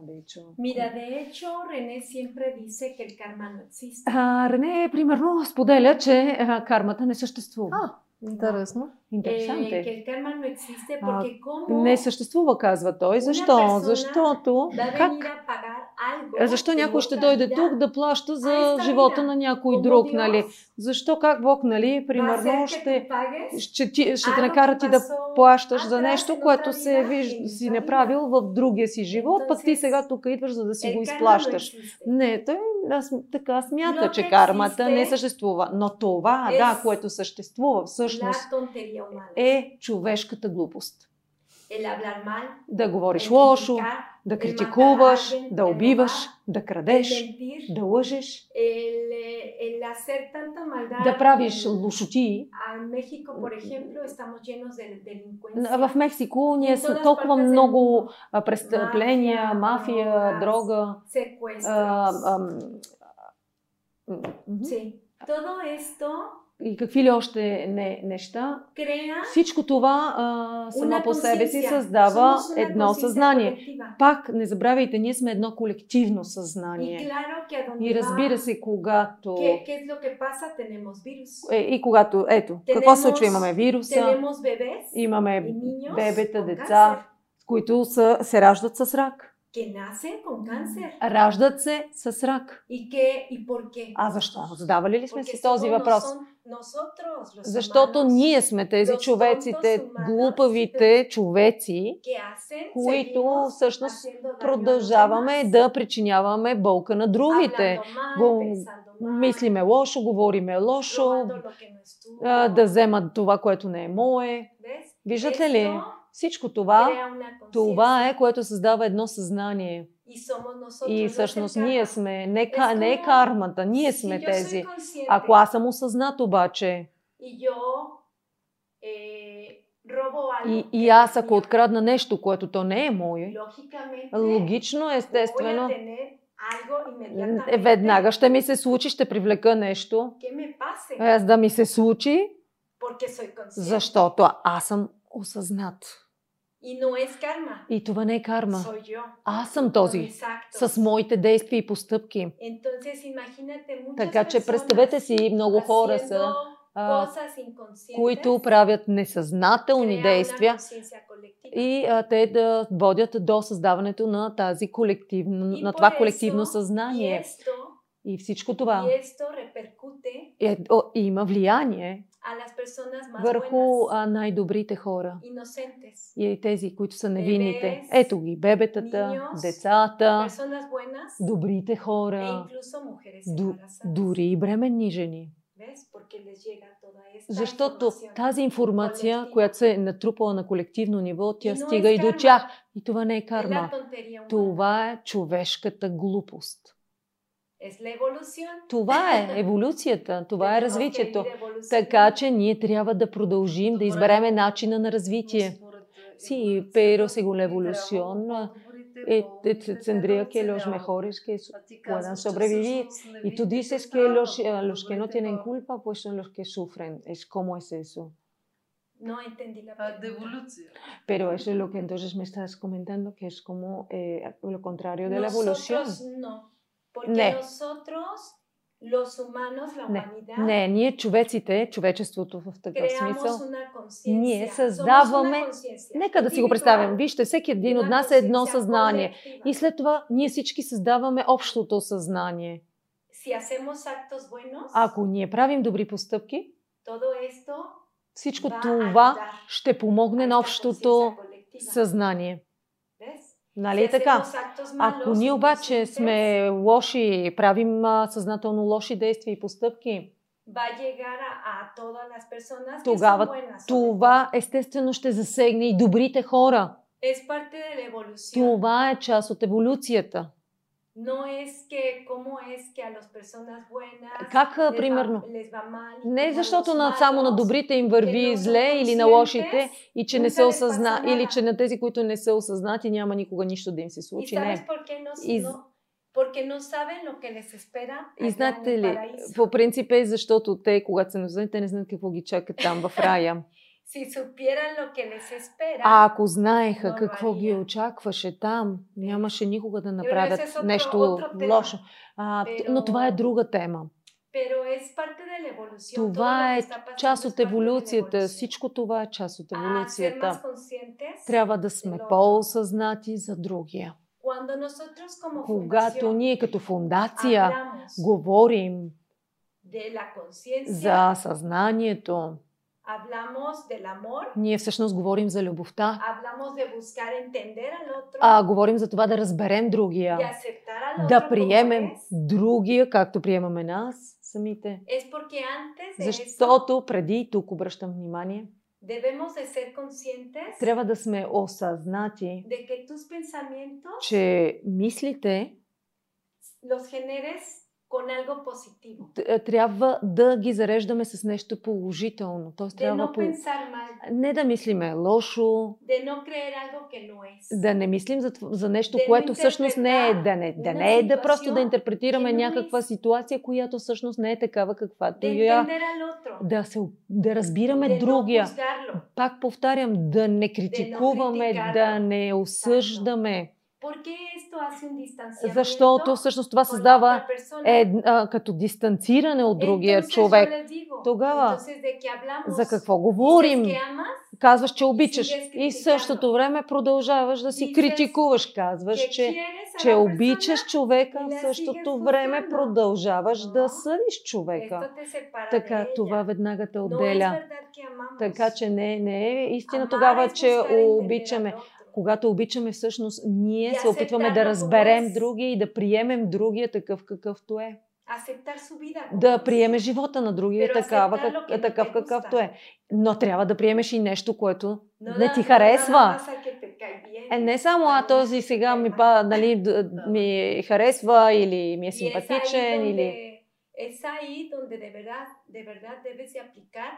Speaker 4: Mira, de hecho, René siempre dice que el karma no existe.
Speaker 2: А, Рене, примерно, споделя, че а, кармата не съществува.
Speaker 1: А, е, интересно.
Speaker 4: Eh,
Speaker 2: Интересанте.
Speaker 4: que el karma no existe
Speaker 2: Ah,
Speaker 4: porque como
Speaker 2: Не съществува, казва той. Защо?
Speaker 4: персона
Speaker 2: Защото.
Speaker 4: va a
Speaker 2: Как?
Speaker 4: venir a pagar algo
Speaker 2: А, Защо
Speaker 4: en
Speaker 2: някой ще
Speaker 4: otra
Speaker 2: дойде
Speaker 4: vida,
Speaker 2: тук да плаща за
Speaker 4: Ай,
Speaker 2: живота
Speaker 4: Сарина,
Speaker 2: на някой
Speaker 4: como
Speaker 2: друг,
Speaker 4: Dios
Speaker 2: нали? Защо как Бог, нали?
Speaker 4: va a hacer
Speaker 2: Примерно
Speaker 4: que
Speaker 2: ще,
Speaker 4: tú pagues
Speaker 2: ще, ти, ще те
Speaker 4: algo
Speaker 2: накара
Speaker 4: que
Speaker 2: ти да
Speaker 4: pasó
Speaker 2: плащаш за
Speaker 4: atrás
Speaker 2: нещо,
Speaker 4: en
Speaker 2: което
Speaker 4: otra
Speaker 2: се
Speaker 4: vida, en
Speaker 2: виж, си
Speaker 4: otra vida.
Speaker 2: направил в другия си живот, пък ти
Speaker 4: Entonces,
Speaker 2: сега тук идваш, за да си
Speaker 4: El
Speaker 2: го
Speaker 4: karma no
Speaker 2: изплащаш.
Speaker 4: existe.
Speaker 2: Не, той аз, така смята,
Speaker 4: Но
Speaker 2: че
Speaker 4: не
Speaker 2: кармата не
Speaker 4: existe.
Speaker 2: съществува. Но това,
Speaker 4: Е,
Speaker 2: да, което съществува всъщност,
Speaker 4: La tontería humana.
Speaker 2: е човешката глупост. да говориш лошо, да критикуваш, да убиваш, да крадеш, да лъжеш, да правиш лошоти. В Мексико ние са толкова много престъпления, мафия, дрога. И какви ли още не, неща. Всичко това а, само по себе си създава едно съзнание. Пак не забравяйте, ние сме едно колективно съзнание. И разбира се, когато. Е, и когато, ето, какво случва? Имаме вируса, имаме бебета, деца, които са, се раждат с рак
Speaker 4: que nacen con cáncer.
Speaker 2: Раждат се с рак.
Speaker 4: И que, и porque.
Speaker 2: А защо? Задавали ли сме си този въпрос?
Speaker 4: Nosotros,
Speaker 2: Защото ние сме тези човеците, глупавите човеци, които всъщност продължаваме да причиняваме болка на другите. Го, мислиме лошо, говориме лошо, да вземат това, което не е мое. Виждате ли? Всичко това, това е, което създава едно съзнание. И всъщност ние сме, не, не е кармата, ние сме тези. Ако аз съм осъзнат обаче,
Speaker 4: eh,
Speaker 2: и, и аз ако открадна нещо, което то не е мое, логично, естествено, Е, веднага ще Е, ми се случи, ще привлека нещо, аз да ми се случи, защото аз съм осъзнат.
Speaker 4: И, no es karma.
Speaker 2: и това не е карма. Аз съм този. С моите действия и постъпки.
Speaker 4: Entonces,
Speaker 2: така че представете си, много хора са, а, които правят несъзнателни действия и а, те да водят до създаването на, тази колективно, на това колективно съзнание. И всичко това е, о, има влияние върху най-добрите хора и тези, които са невинните. Ето ги, бебетата, децата,
Speaker 4: e
Speaker 2: добрите хора, ду, дори и бременни жени. Защото тази информация, която се е натрупала на колективно ниво, тя стига и до тях. И това не е карма. Това е човешката глупост. Това е еволюцията, това е развитието. Така че ние трябва да продължим да избереме начина на развитие. Sí, pero según la evolución, ah, eh, Е, tendría que los mejores que puedan sobrevivir. Y tú dices que los, eh, los que no tienen culpa, pues son los que sufren. Es como es eso.
Speaker 4: No entendí la pregunta.
Speaker 5: Devolución.
Speaker 2: Pero eso es lo que entonces me estás comentando, que es como eh, lo contrario de la evolución.
Speaker 4: No. Porque не. nosotros, los humanos, la
Speaker 2: не.
Speaker 4: humanidad,
Speaker 2: не, ние човеците, човечеството в такъв смисъл, ние
Speaker 4: създаваме,
Speaker 2: нека да си го представим, вижте, всеки един от нас е едно съзнание и след това ние всички създаваме общото съзнание. Ако ние правим добри постъпки, всичко това
Speaker 4: ами
Speaker 2: Ами ще помогне на общото
Speaker 4: е
Speaker 2: съзнание. Нали така? Ако ние обаче сме лоши, правим съзнателно лоши действия и постъпки, тогава
Speaker 4: е
Speaker 2: това естествено ще засегне и добрите хора. Това е част от еволюцията.
Speaker 4: No es que, ¿cómo es que a las personas buenas
Speaker 2: Е, как, les примерно, va, les va mal, не защото на, само на добрите им върви зле или на лошите и че не са осъзна, или че на тези, които не са осъзнати, няма никога нищо да им се случи. Не. е. И, и знаете ли, по принцип е защото те, когато се назнаят, те не знаят какво ги чака там в рая. А ако знаеха какво ги очакваше там, нямаше никога да направят нещо лошо. А, но това е друга тема. Това е част от еволюцията. Всичко това е част от еволюцията. Трябва да сме по-осъзнати за другия. Когато ние като фундация говорим за съзнанието,
Speaker 4: Hablamos del amor.
Speaker 2: Ние всъщност говорим за любовта.
Speaker 4: Hablamos de buscar entender al otro.
Speaker 2: А говорим за това да разберем другия.
Speaker 4: De aceptar al
Speaker 2: да приемем другия, както приемаме нас самите.
Speaker 4: Es porque antes de
Speaker 2: Защото преди, тук обръщам внимание,
Speaker 4: Debemos de ser conscientes
Speaker 2: Трябва да сме осъзнати,
Speaker 4: de que tus pensamientos
Speaker 2: че мислите
Speaker 4: los generes con algo positivo.
Speaker 2: т- е, трябва да ги зареждаме с нещо положително. Тоест,
Speaker 4: De
Speaker 2: трябва
Speaker 4: no
Speaker 2: по...
Speaker 4: pensar mal,
Speaker 2: не да мислиме лошо,
Speaker 4: de no creer algo que no es.
Speaker 2: да не мислим за, тв- за нещо,
Speaker 4: Да не
Speaker 2: което всъщност не е, да
Speaker 4: интерпретираме
Speaker 2: не, да
Speaker 4: една
Speaker 2: не е да
Speaker 4: ситуация,
Speaker 2: просто да интерпретираме
Speaker 4: но не е
Speaker 2: някаква
Speaker 4: ист-
Speaker 2: ситуация, която всъщност не е такава каквато
Speaker 4: De
Speaker 2: я.
Speaker 4: entender al otro,
Speaker 2: Да, се, оп- да разбираме
Speaker 4: de no
Speaker 2: другия.
Speaker 4: juzgarlo,
Speaker 2: Пак повтарям, да не критикуваме,
Speaker 4: критикарно.
Speaker 2: да не осъждаме,
Speaker 4: porque esto hace un distanciamiento
Speaker 2: защото всъщност това
Speaker 4: con la
Speaker 2: създава
Speaker 4: otra persona.
Speaker 2: е, а, като дистанциране от другия
Speaker 4: Entonces, yo
Speaker 2: човек.
Speaker 4: les digo,
Speaker 2: Тогава,
Speaker 4: entonces, ¿de qué hablamos?
Speaker 2: За
Speaker 4: Dices
Speaker 2: какво говорим?
Speaker 4: que amas,
Speaker 2: Казваш, че обичаш.
Speaker 4: сидиш
Speaker 2: И в
Speaker 4: критикарно.
Speaker 2: същото време продължаваш да си
Speaker 4: Виждаш,
Speaker 2: критикуваш. Казваш,
Speaker 4: que
Speaker 2: че,
Speaker 4: quieres a
Speaker 2: че
Speaker 4: la
Speaker 2: обичаш човека,
Speaker 4: и да
Speaker 2: в
Speaker 4: си
Speaker 2: същото
Speaker 4: ги
Speaker 2: време
Speaker 4: слушам, да.
Speaker 2: продължаваш да
Speaker 4: Да.
Speaker 2: съдиш
Speaker 4: persona,
Speaker 2: човека.
Speaker 4: esto te separa de
Speaker 2: Така, е,
Speaker 4: ella.
Speaker 2: това веднага те
Speaker 4: No es
Speaker 2: отделя.
Speaker 4: verdad que amamos.
Speaker 2: Така че не, не е истина
Speaker 4: Amar
Speaker 2: тогава,
Speaker 4: es
Speaker 2: че
Speaker 4: buscar entender al
Speaker 2: обичаме.
Speaker 4: otro.
Speaker 2: Когато обичаме, всъщност ние
Speaker 4: И
Speaker 2: се опитваме да
Speaker 4: acceptarlo como
Speaker 2: разберем
Speaker 4: es.
Speaker 2: другия и да приемем другия такъв какъвто е.
Speaker 4: Aceptar su vida. como
Speaker 2: Да
Speaker 4: es.
Speaker 2: приемеш живота на другия
Speaker 4: Pero
Speaker 2: такава,
Speaker 4: aceptarlo que
Speaker 2: как,
Speaker 4: no
Speaker 2: такъв
Speaker 4: te
Speaker 2: какъвто
Speaker 4: gusta.
Speaker 2: е. Но трябва да приемеш и нещо, което
Speaker 4: No
Speaker 2: не
Speaker 4: da-
Speaker 2: ти
Speaker 4: no nada
Speaker 2: харесва.
Speaker 4: más a que te cae bien.
Speaker 2: Е, не само, а този сега ми, па, нали, д- ми харесва или ми е
Speaker 4: Y es ahí
Speaker 2: симпатичен, или...
Speaker 4: donde- Es ahí donde de verdad, de verdad debes de aplicar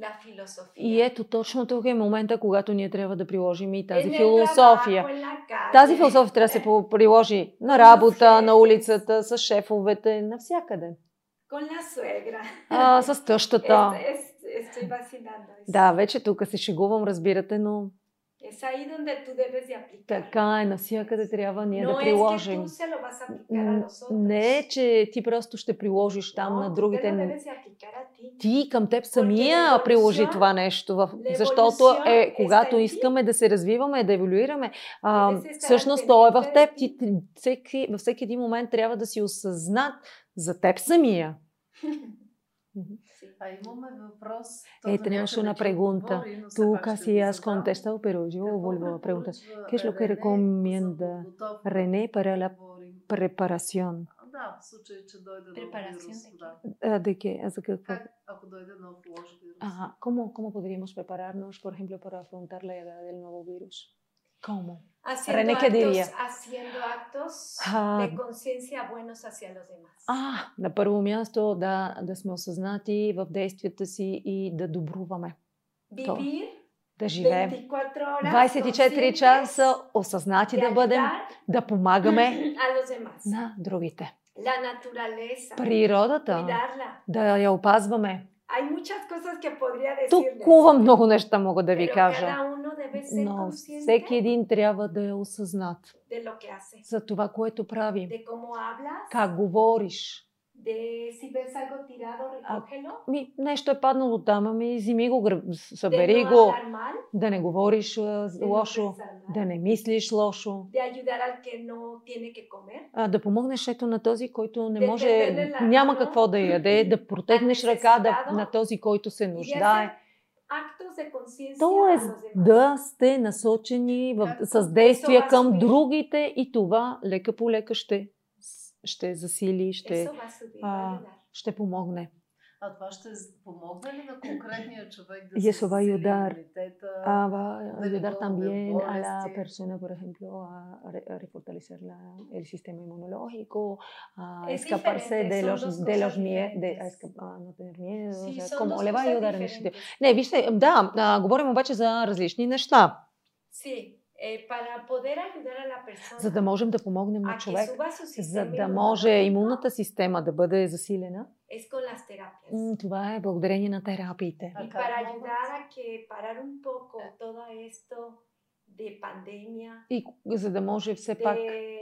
Speaker 4: la
Speaker 2: И
Speaker 4: filosofía.
Speaker 2: ето точно тук е момента, когато ние трябва да приложим и тази
Speaker 4: En el
Speaker 2: философия.
Speaker 4: trabajo, en la calle.
Speaker 2: Тази философия трябва да се по- приложи на работа, на улицата, е с шефовете, навсякъде.
Speaker 4: Con la suegra.
Speaker 2: А, с тъщата.
Speaker 4: Es- es- estoy vacilando. Es,
Speaker 2: Да, вече тук се шегувам, разбирате, но
Speaker 4: es ahí donde tú debes de aplicar.
Speaker 2: така е, навсякъде трябва ние
Speaker 4: no
Speaker 2: да
Speaker 4: es que
Speaker 2: приложим.
Speaker 4: tú se lo vas a aplicar a
Speaker 2: Н-
Speaker 4: los otros.
Speaker 2: Не е, че ти просто ще приложиш там
Speaker 4: No,
Speaker 2: на
Speaker 4: tú te
Speaker 2: другите.
Speaker 4: lo
Speaker 2: Н-
Speaker 4: debes de aplicar a ti.
Speaker 2: ти към теб самия
Speaker 4: Porque
Speaker 2: приложи
Speaker 4: evolución-
Speaker 2: това нещо, в...
Speaker 4: evolución
Speaker 2: защото е,
Speaker 4: está
Speaker 2: когато
Speaker 4: en ti.
Speaker 2: искаме да се развиваме, да еволюираме, а,
Speaker 4: Debes estar al
Speaker 2: всъщност то е в
Speaker 4: pendiente de
Speaker 2: теб. Ти, ти- всеки, във всеки един момент трябва да си осъзнат за теб самия.
Speaker 1: А имаме въпрос.
Speaker 2: Е, Eh, tenemos una pregunta. Tú casi has contestado, pero yo vuelvo a preguntar. ¿Qué es lo que recomienda René para la Preparación.
Speaker 1: Да, в
Speaker 2: pues,
Speaker 1: случай, че дойде нов
Speaker 4: Препарацион
Speaker 1: вирус.
Speaker 4: такива.
Speaker 1: Да.
Speaker 2: А, de qué? А, за какво?
Speaker 1: Как,
Speaker 2: pues,
Speaker 1: ако дойде нов лош вирус?
Speaker 2: Ajá. ¿Cómo, ¿Cómo podríamos prepararnos, por ejemplo, para afrontar la llegada del nuevo virus? ¿Cómo?
Speaker 4: Haciendo
Speaker 2: René, ¿qué
Speaker 4: actos,
Speaker 2: diría?
Speaker 4: haciendo actos
Speaker 2: Ah.
Speaker 4: de conciencia buenos hacia los demás.
Speaker 2: А, на първо място да, да сме осъзнати в действията си и да добруваме,
Speaker 4: Vivir
Speaker 2: да живеем.
Speaker 4: 24 horas
Speaker 2: 24
Speaker 4: conscientes
Speaker 2: часа осъзнати
Speaker 4: de
Speaker 2: да бъдем,
Speaker 4: ayudar
Speaker 2: да помагаме
Speaker 4: a los demás.
Speaker 2: на другите.
Speaker 4: La naturaleza,
Speaker 2: Природата,
Speaker 4: cuidarla.
Speaker 2: Ами да я опазваме.
Speaker 4: Hay muchas cosas que podría
Speaker 2: Е,
Speaker 4: decirles,
Speaker 2: Толкова много неща мога да ви
Speaker 4: pero
Speaker 2: кажа,
Speaker 4: cada uno debe ser
Speaker 2: но
Speaker 4: consciente
Speaker 2: всеки един трябва да е осъзнат
Speaker 4: de lo que hace,
Speaker 2: за това, което прави,
Speaker 4: de cómo hablas,
Speaker 2: как говориш.
Speaker 4: de si ves algo tirado, recógelo,
Speaker 2: Ми, нещо е паднало там, ами вземи го, гръб-
Speaker 4: de
Speaker 2: събери
Speaker 4: no
Speaker 2: го,
Speaker 4: hablar mal,
Speaker 2: да не говориш а,
Speaker 4: de no
Speaker 2: лошо.
Speaker 4: pensar mal,
Speaker 2: да не мислиш лошо,
Speaker 4: de ayudar al que no tiene que comer,
Speaker 2: а, да помогнеш ето на този, който не
Speaker 4: Да
Speaker 2: може,
Speaker 4: дадеш на
Speaker 2: няма
Speaker 4: рано.
Speaker 2: какво да яде, да протегнеш ръка да,
Speaker 4: Necesitado.
Speaker 2: на този, който се
Speaker 4: y de hacer
Speaker 2: нуждае.
Speaker 4: actos de conciencia a
Speaker 2: Тоест
Speaker 4: los demás.
Speaker 2: да сте насочени в,
Speaker 1: Как-
Speaker 2: с действия
Speaker 4: Това
Speaker 2: към
Speaker 4: стои.
Speaker 2: другите и това лека по лека ще, ще засили, ще,
Speaker 4: Eso va a subir,
Speaker 2: а,
Speaker 4: va a ayudar.
Speaker 2: ще помогне.
Speaker 1: А това ще помогне ли на конкретния човек
Speaker 2: Y
Speaker 1: да
Speaker 2: eso va a
Speaker 1: засили
Speaker 2: ayudar
Speaker 1: имунитета?
Speaker 2: А, Ah, va
Speaker 1: Да
Speaker 2: a
Speaker 1: не
Speaker 2: ayudar
Speaker 1: го
Speaker 2: también a la
Speaker 1: болести.
Speaker 2: persona, por ejemplo, a, re- a refortalecer la, el sistema inmunológico, a
Speaker 4: Es
Speaker 2: escaparse
Speaker 4: diferente,
Speaker 2: de
Speaker 4: son
Speaker 2: los,
Speaker 4: dos
Speaker 2: de
Speaker 4: cosas
Speaker 2: los miedos, de, a,
Speaker 4: diferentes.
Speaker 2: esca- a no tener miedo, o
Speaker 4: Sí,
Speaker 2: sea,
Speaker 4: son
Speaker 2: ¿cómo
Speaker 4: dos
Speaker 2: le va a
Speaker 4: cosas
Speaker 2: ayudar en ese sentido?
Speaker 4: diferentes.
Speaker 2: Не, вижте, да, а, говорим обаче за различни неща,
Speaker 4: Sí, eh, para poder ayudar a la persona
Speaker 2: за да можем да помогнем на
Speaker 4: a
Speaker 2: човек,
Speaker 4: que suba su
Speaker 2: за
Speaker 4: sistema
Speaker 2: да може
Speaker 4: inmunológico,
Speaker 2: имунната система да бъде засилена.
Speaker 4: es con las terapias.
Speaker 2: М, Това е благодарение на терапиите.
Speaker 1: А
Speaker 4: Y
Speaker 1: как
Speaker 4: para
Speaker 1: могат?
Speaker 4: ayudar a que parar un poco todo esto de pandemia,
Speaker 2: И за да може все пак
Speaker 4: de,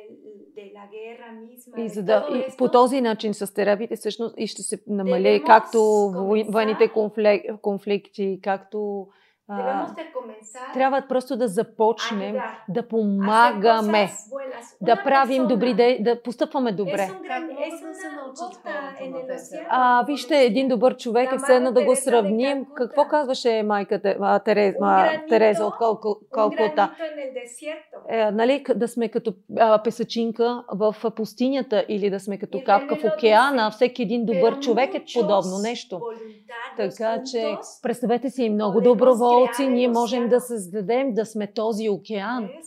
Speaker 4: de la guerra misma,
Speaker 2: И,
Speaker 4: de
Speaker 2: за да,
Speaker 4: todo
Speaker 2: и
Speaker 4: esto,
Speaker 2: по този начин с терапиите всъщност и ще се намали
Speaker 4: Debemos
Speaker 2: както вой-
Speaker 4: comenzar-
Speaker 2: военните конфликти, конфликти както а,
Speaker 4: debemos de comenzar
Speaker 2: трябва просто да
Speaker 4: a
Speaker 2: започнем
Speaker 4: ayudar,
Speaker 2: да
Speaker 4: a hacer
Speaker 2: помагаме,
Speaker 4: cosas buenas.
Speaker 2: да
Speaker 4: Una
Speaker 2: правим
Speaker 4: persona
Speaker 2: добри де, да постъпваме добре.
Speaker 4: Es un
Speaker 1: Как
Speaker 4: gran,
Speaker 1: могат
Speaker 4: es
Speaker 1: да се
Speaker 4: una,
Speaker 2: А, вижте, един добър човек е все едно да го сравним. Какво казваше майката а, Терез, а, Тереза от Кол, Колкота? Е, нали, да сме като а, песачинка в пустинята или да сме като капка в океана. Всеки един добър човек е подобно нещо. Така че представете си много доброволци. Ние можем да създадем да сме този океан
Speaker 4: е,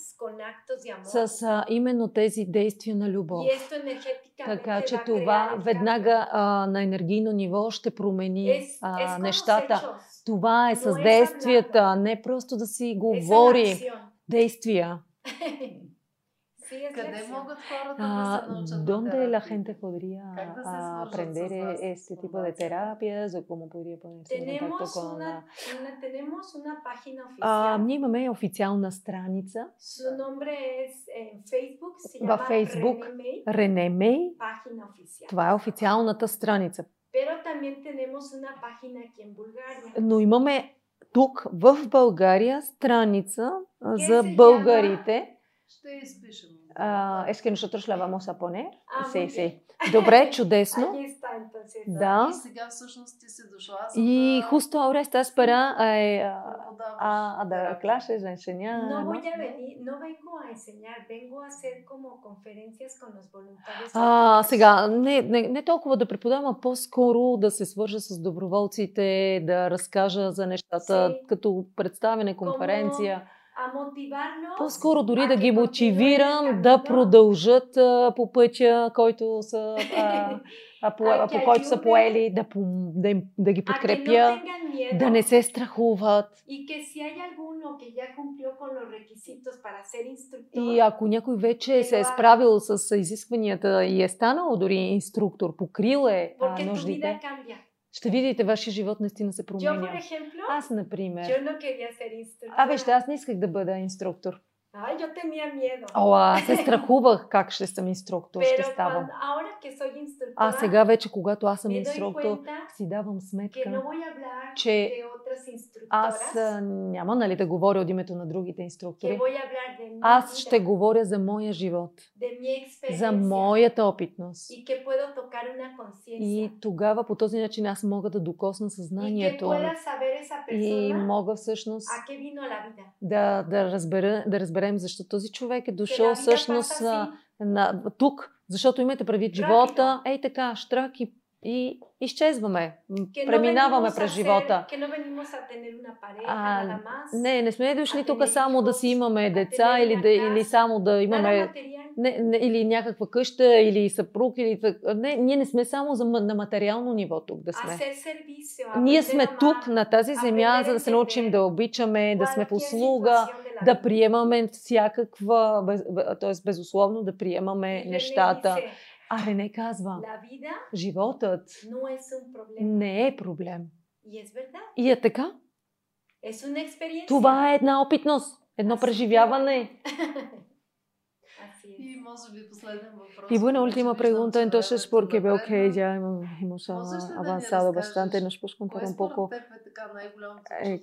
Speaker 2: с а, именно тези действия на любов.
Speaker 4: е
Speaker 2: Така че това веднага а, на енергийно ниво ще
Speaker 4: Е,
Speaker 2: промени а, нещата. Това е с действията, не просто да си
Speaker 4: Е,
Speaker 2: говори. Действия.
Speaker 4: е
Speaker 1: Къде могат хората да се научат?
Speaker 2: Ah, ¿Dónde la gente podría aprender e-, este tipo de terapias o cómo podría ponerse en contacto con Ah, una,
Speaker 4: Tenemos una página oficial.
Speaker 2: Ние имаме официална страница.
Speaker 4: Su nombre es en Facebook, se
Speaker 2: llama Facebook, René May.
Speaker 4: Página oficial.
Speaker 2: Това е официалната страница.
Speaker 4: Pero también tenemos una página aquí en Bulgaria.
Speaker 2: Но имаме тук в България страница за българите.
Speaker 1: Ще изпишем.
Speaker 2: Uh, es que nosotros la vamos a poner. А,
Speaker 4: Ah,
Speaker 2: sí, sí. Добре, чудесно.
Speaker 1: да. И сега всъщност ти си дошла за
Speaker 2: И
Speaker 4: ah.
Speaker 2: justo ahora estás para eh, a, a dar clases, a enseñar.
Speaker 4: No voy a venir, no vengo a enseñar, vengo a hacer como conferencias con los voluntarios.
Speaker 2: А, сега, не, не, не толкова да преподавам, а по-скоро да се свържа с доброволците, да разкажа за нещата, sí. като представяне, конференция. Como... По-скоро дори да ги мотивирам да продължат а, по пътя, който са, а, а, по, а, по който са поели, да, да, им, да ги подкрепя, да не се страхуват. И ако някой вече се е справил с изискванията и е станал дори инструктор, покрил е а, нуждите, ще видите, вашия живот наистина се променя. Аз, например. А, вижте, аз не исках да бъда инструктор.
Speaker 4: Ay, yo tenía miedo.
Speaker 2: О, аз се страхувах как ще съм инструктор, ще ставам. А сега вече, когато аз
Speaker 4: е
Speaker 2: съм инструктор, си давам сметка, че аз няма нали, да говоря от името на другите
Speaker 4: е
Speaker 2: инструктори. Аз ще говоря за моя живот, за моята опитност. И тогава по този начин аз мога да докосна съзнанието и мога всъщност да, да, разбера, да разбера разберем защо този човек е дошъл всъщност на, на, тук, защото имате правит живота, ей така, штрак и, и изчезваме, преминаваме през живота. А, не, не сме дошли тук само да си имаме деца или, да, или само да имаме не, не, или някаква къща, или съпруг, или так... Не, ние не сме само за, на материално ниво тук да сме. Ние сме тук, на тази земя, за да се научим да обичаме, да сме в услуга, да приемаме всякаква, без, т.е. безусловно да приемаме нещата. А Рене казва, животът не е проблем. И е така. Това е една опитност, едно преживяване.
Speaker 1: Y може би последен въпрос.
Speaker 2: Y bueno, última pregunta entonces porque veo que ya hemos avanzado bastante. Nos puedes contar un poco.
Speaker 1: е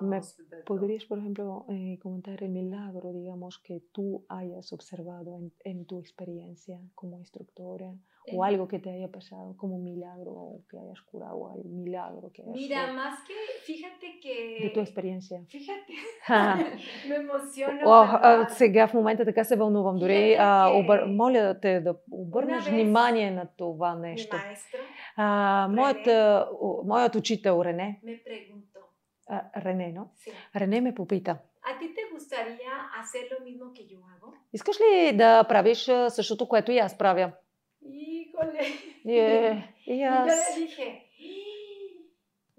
Speaker 1: ¿Me
Speaker 2: podrías, por ejemplo, eh, comentar el milagro, digamos, que tú hayas observado en, en tu experiencia como instructora
Speaker 4: Eh,
Speaker 2: o algo que te haya pasado como milagro o que hayas curado o algún milagro que hayas
Speaker 4: Mira, curado. más que, fíjate que...
Speaker 2: De tu experiencia. Ah.
Speaker 4: Fíjate. Me emociono.
Speaker 2: Wow, uh, сега в момента така се вълнувам. Дори а, обър... моля те да обърнеш внимание на това нещо. А, моят, моят учител Рене. А, Рене, но? Рене ме попита.
Speaker 4: ¿A ti te gustaría hacer lo mismo que yo hago?
Speaker 2: Искаш ли да правиш eh, същото, което и аз правя?
Speaker 4: Híjole.
Speaker 2: Yeah, и аз.
Speaker 4: И я dije,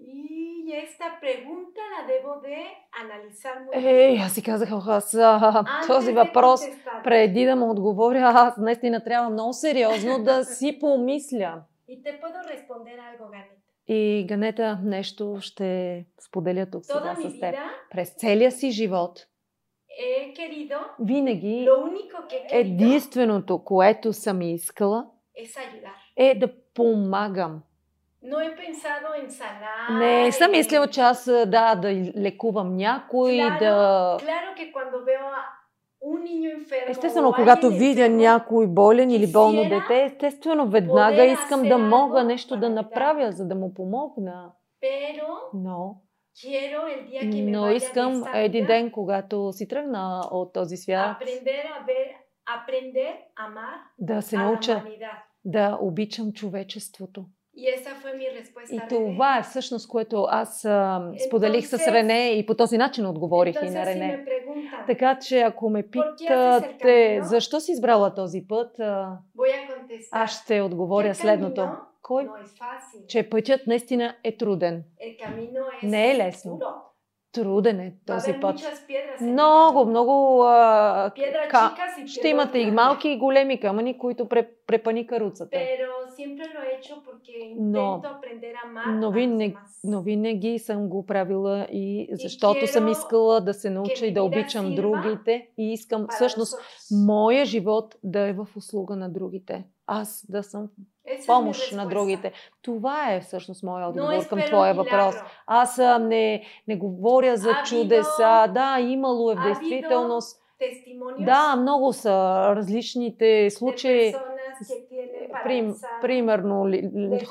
Speaker 4: И esta pregunta la debo de analizar muy
Speaker 2: bien. Е, аз си казах, аз а, този въпрос, преди да му отговоря, аз наистина трябва много сериозно да си помисля.
Speaker 4: И те puedo responder algo, Ганета.
Speaker 2: И Ганета, нещо ще споделя тук сега с теб. През целия си живот,
Speaker 4: е, querido,
Speaker 2: винаги
Speaker 4: que
Speaker 2: Eh, единственото, което съм искала, е да помагам.
Speaker 4: Но е pensado en sanar.
Speaker 2: Не съм мислила, че аз да, да лекувам някой,
Speaker 4: claro,
Speaker 2: да...
Speaker 4: Claro que cuando veo a,
Speaker 2: Естествено,
Speaker 4: е
Speaker 2: когато видя някой болен или болно дете, естествено, веднага искам да мога нещо да направя, за да му помогна. Но, но искам един ден, когато си тръгна от този свят, да се науча да обичам човечеството. И това е всъщност, което аз а, споделих с Рене и по този начин отговорих
Speaker 4: Е,
Speaker 2: и на Рене. Така че, ако ме питате защо си избрала този път, аз ще отговоря следното. Кой? Че пътят наистина е труден. Не е лесно. Труден е този път. Много, много. А, ка... Ще имате и малки и големи камъни, които препани каруцата. Но, но, винаги, но винаги съм го правила и защото съм искала да се науча и да обичам другите и искам всъщност моя живот да е в услуга на другите. Аз да съм помощ на другите. Това е всъщност моя отговор към твоя въпрос. Аз не, не говоря за чудеса. Да, имало е в действителност. Да, много са различните случаи. Прим, примерно,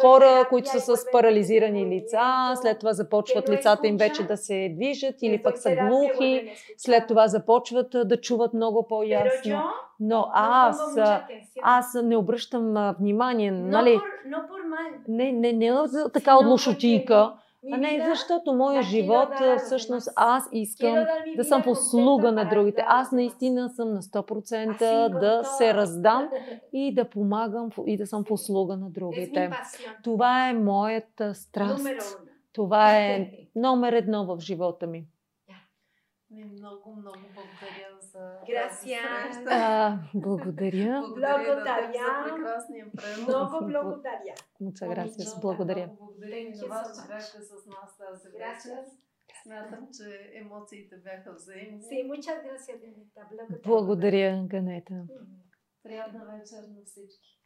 Speaker 2: хора, които са с парализирани лица, след това започват лицата им вече да се движат или пък са глухи, след това започват да чуват много по-ясно. Но аз, аз не обръщам внимание, нали? Не, не, не така от лошотийка. А не, защото моя живот, всъщност аз искам да съм в услуга на другите. Аз наистина съм на 100% да се раздам и да помагам и да съм в услуга на другите. Това е моята страст. Това е номер едно в живота ми.
Speaker 1: Много, много благодаря за среща. А,
Speaker 2: благодаря.
Speaker 1: Благодаря на теб за прекрасния превод.
Speaker 5: Много благодаря.
Speaker 2: Muchas gracias. Благодаря.
Speaker 1: Благодарение на вас, че бяхте с нас тази вечер. Смятам, че емоциите бяха взаимни.
Speaker 5: Sí, muchas gracias, Ганета.
Speaker 2: Благодаря, Ганета.
Speaker 1: Приятна вечер на всички.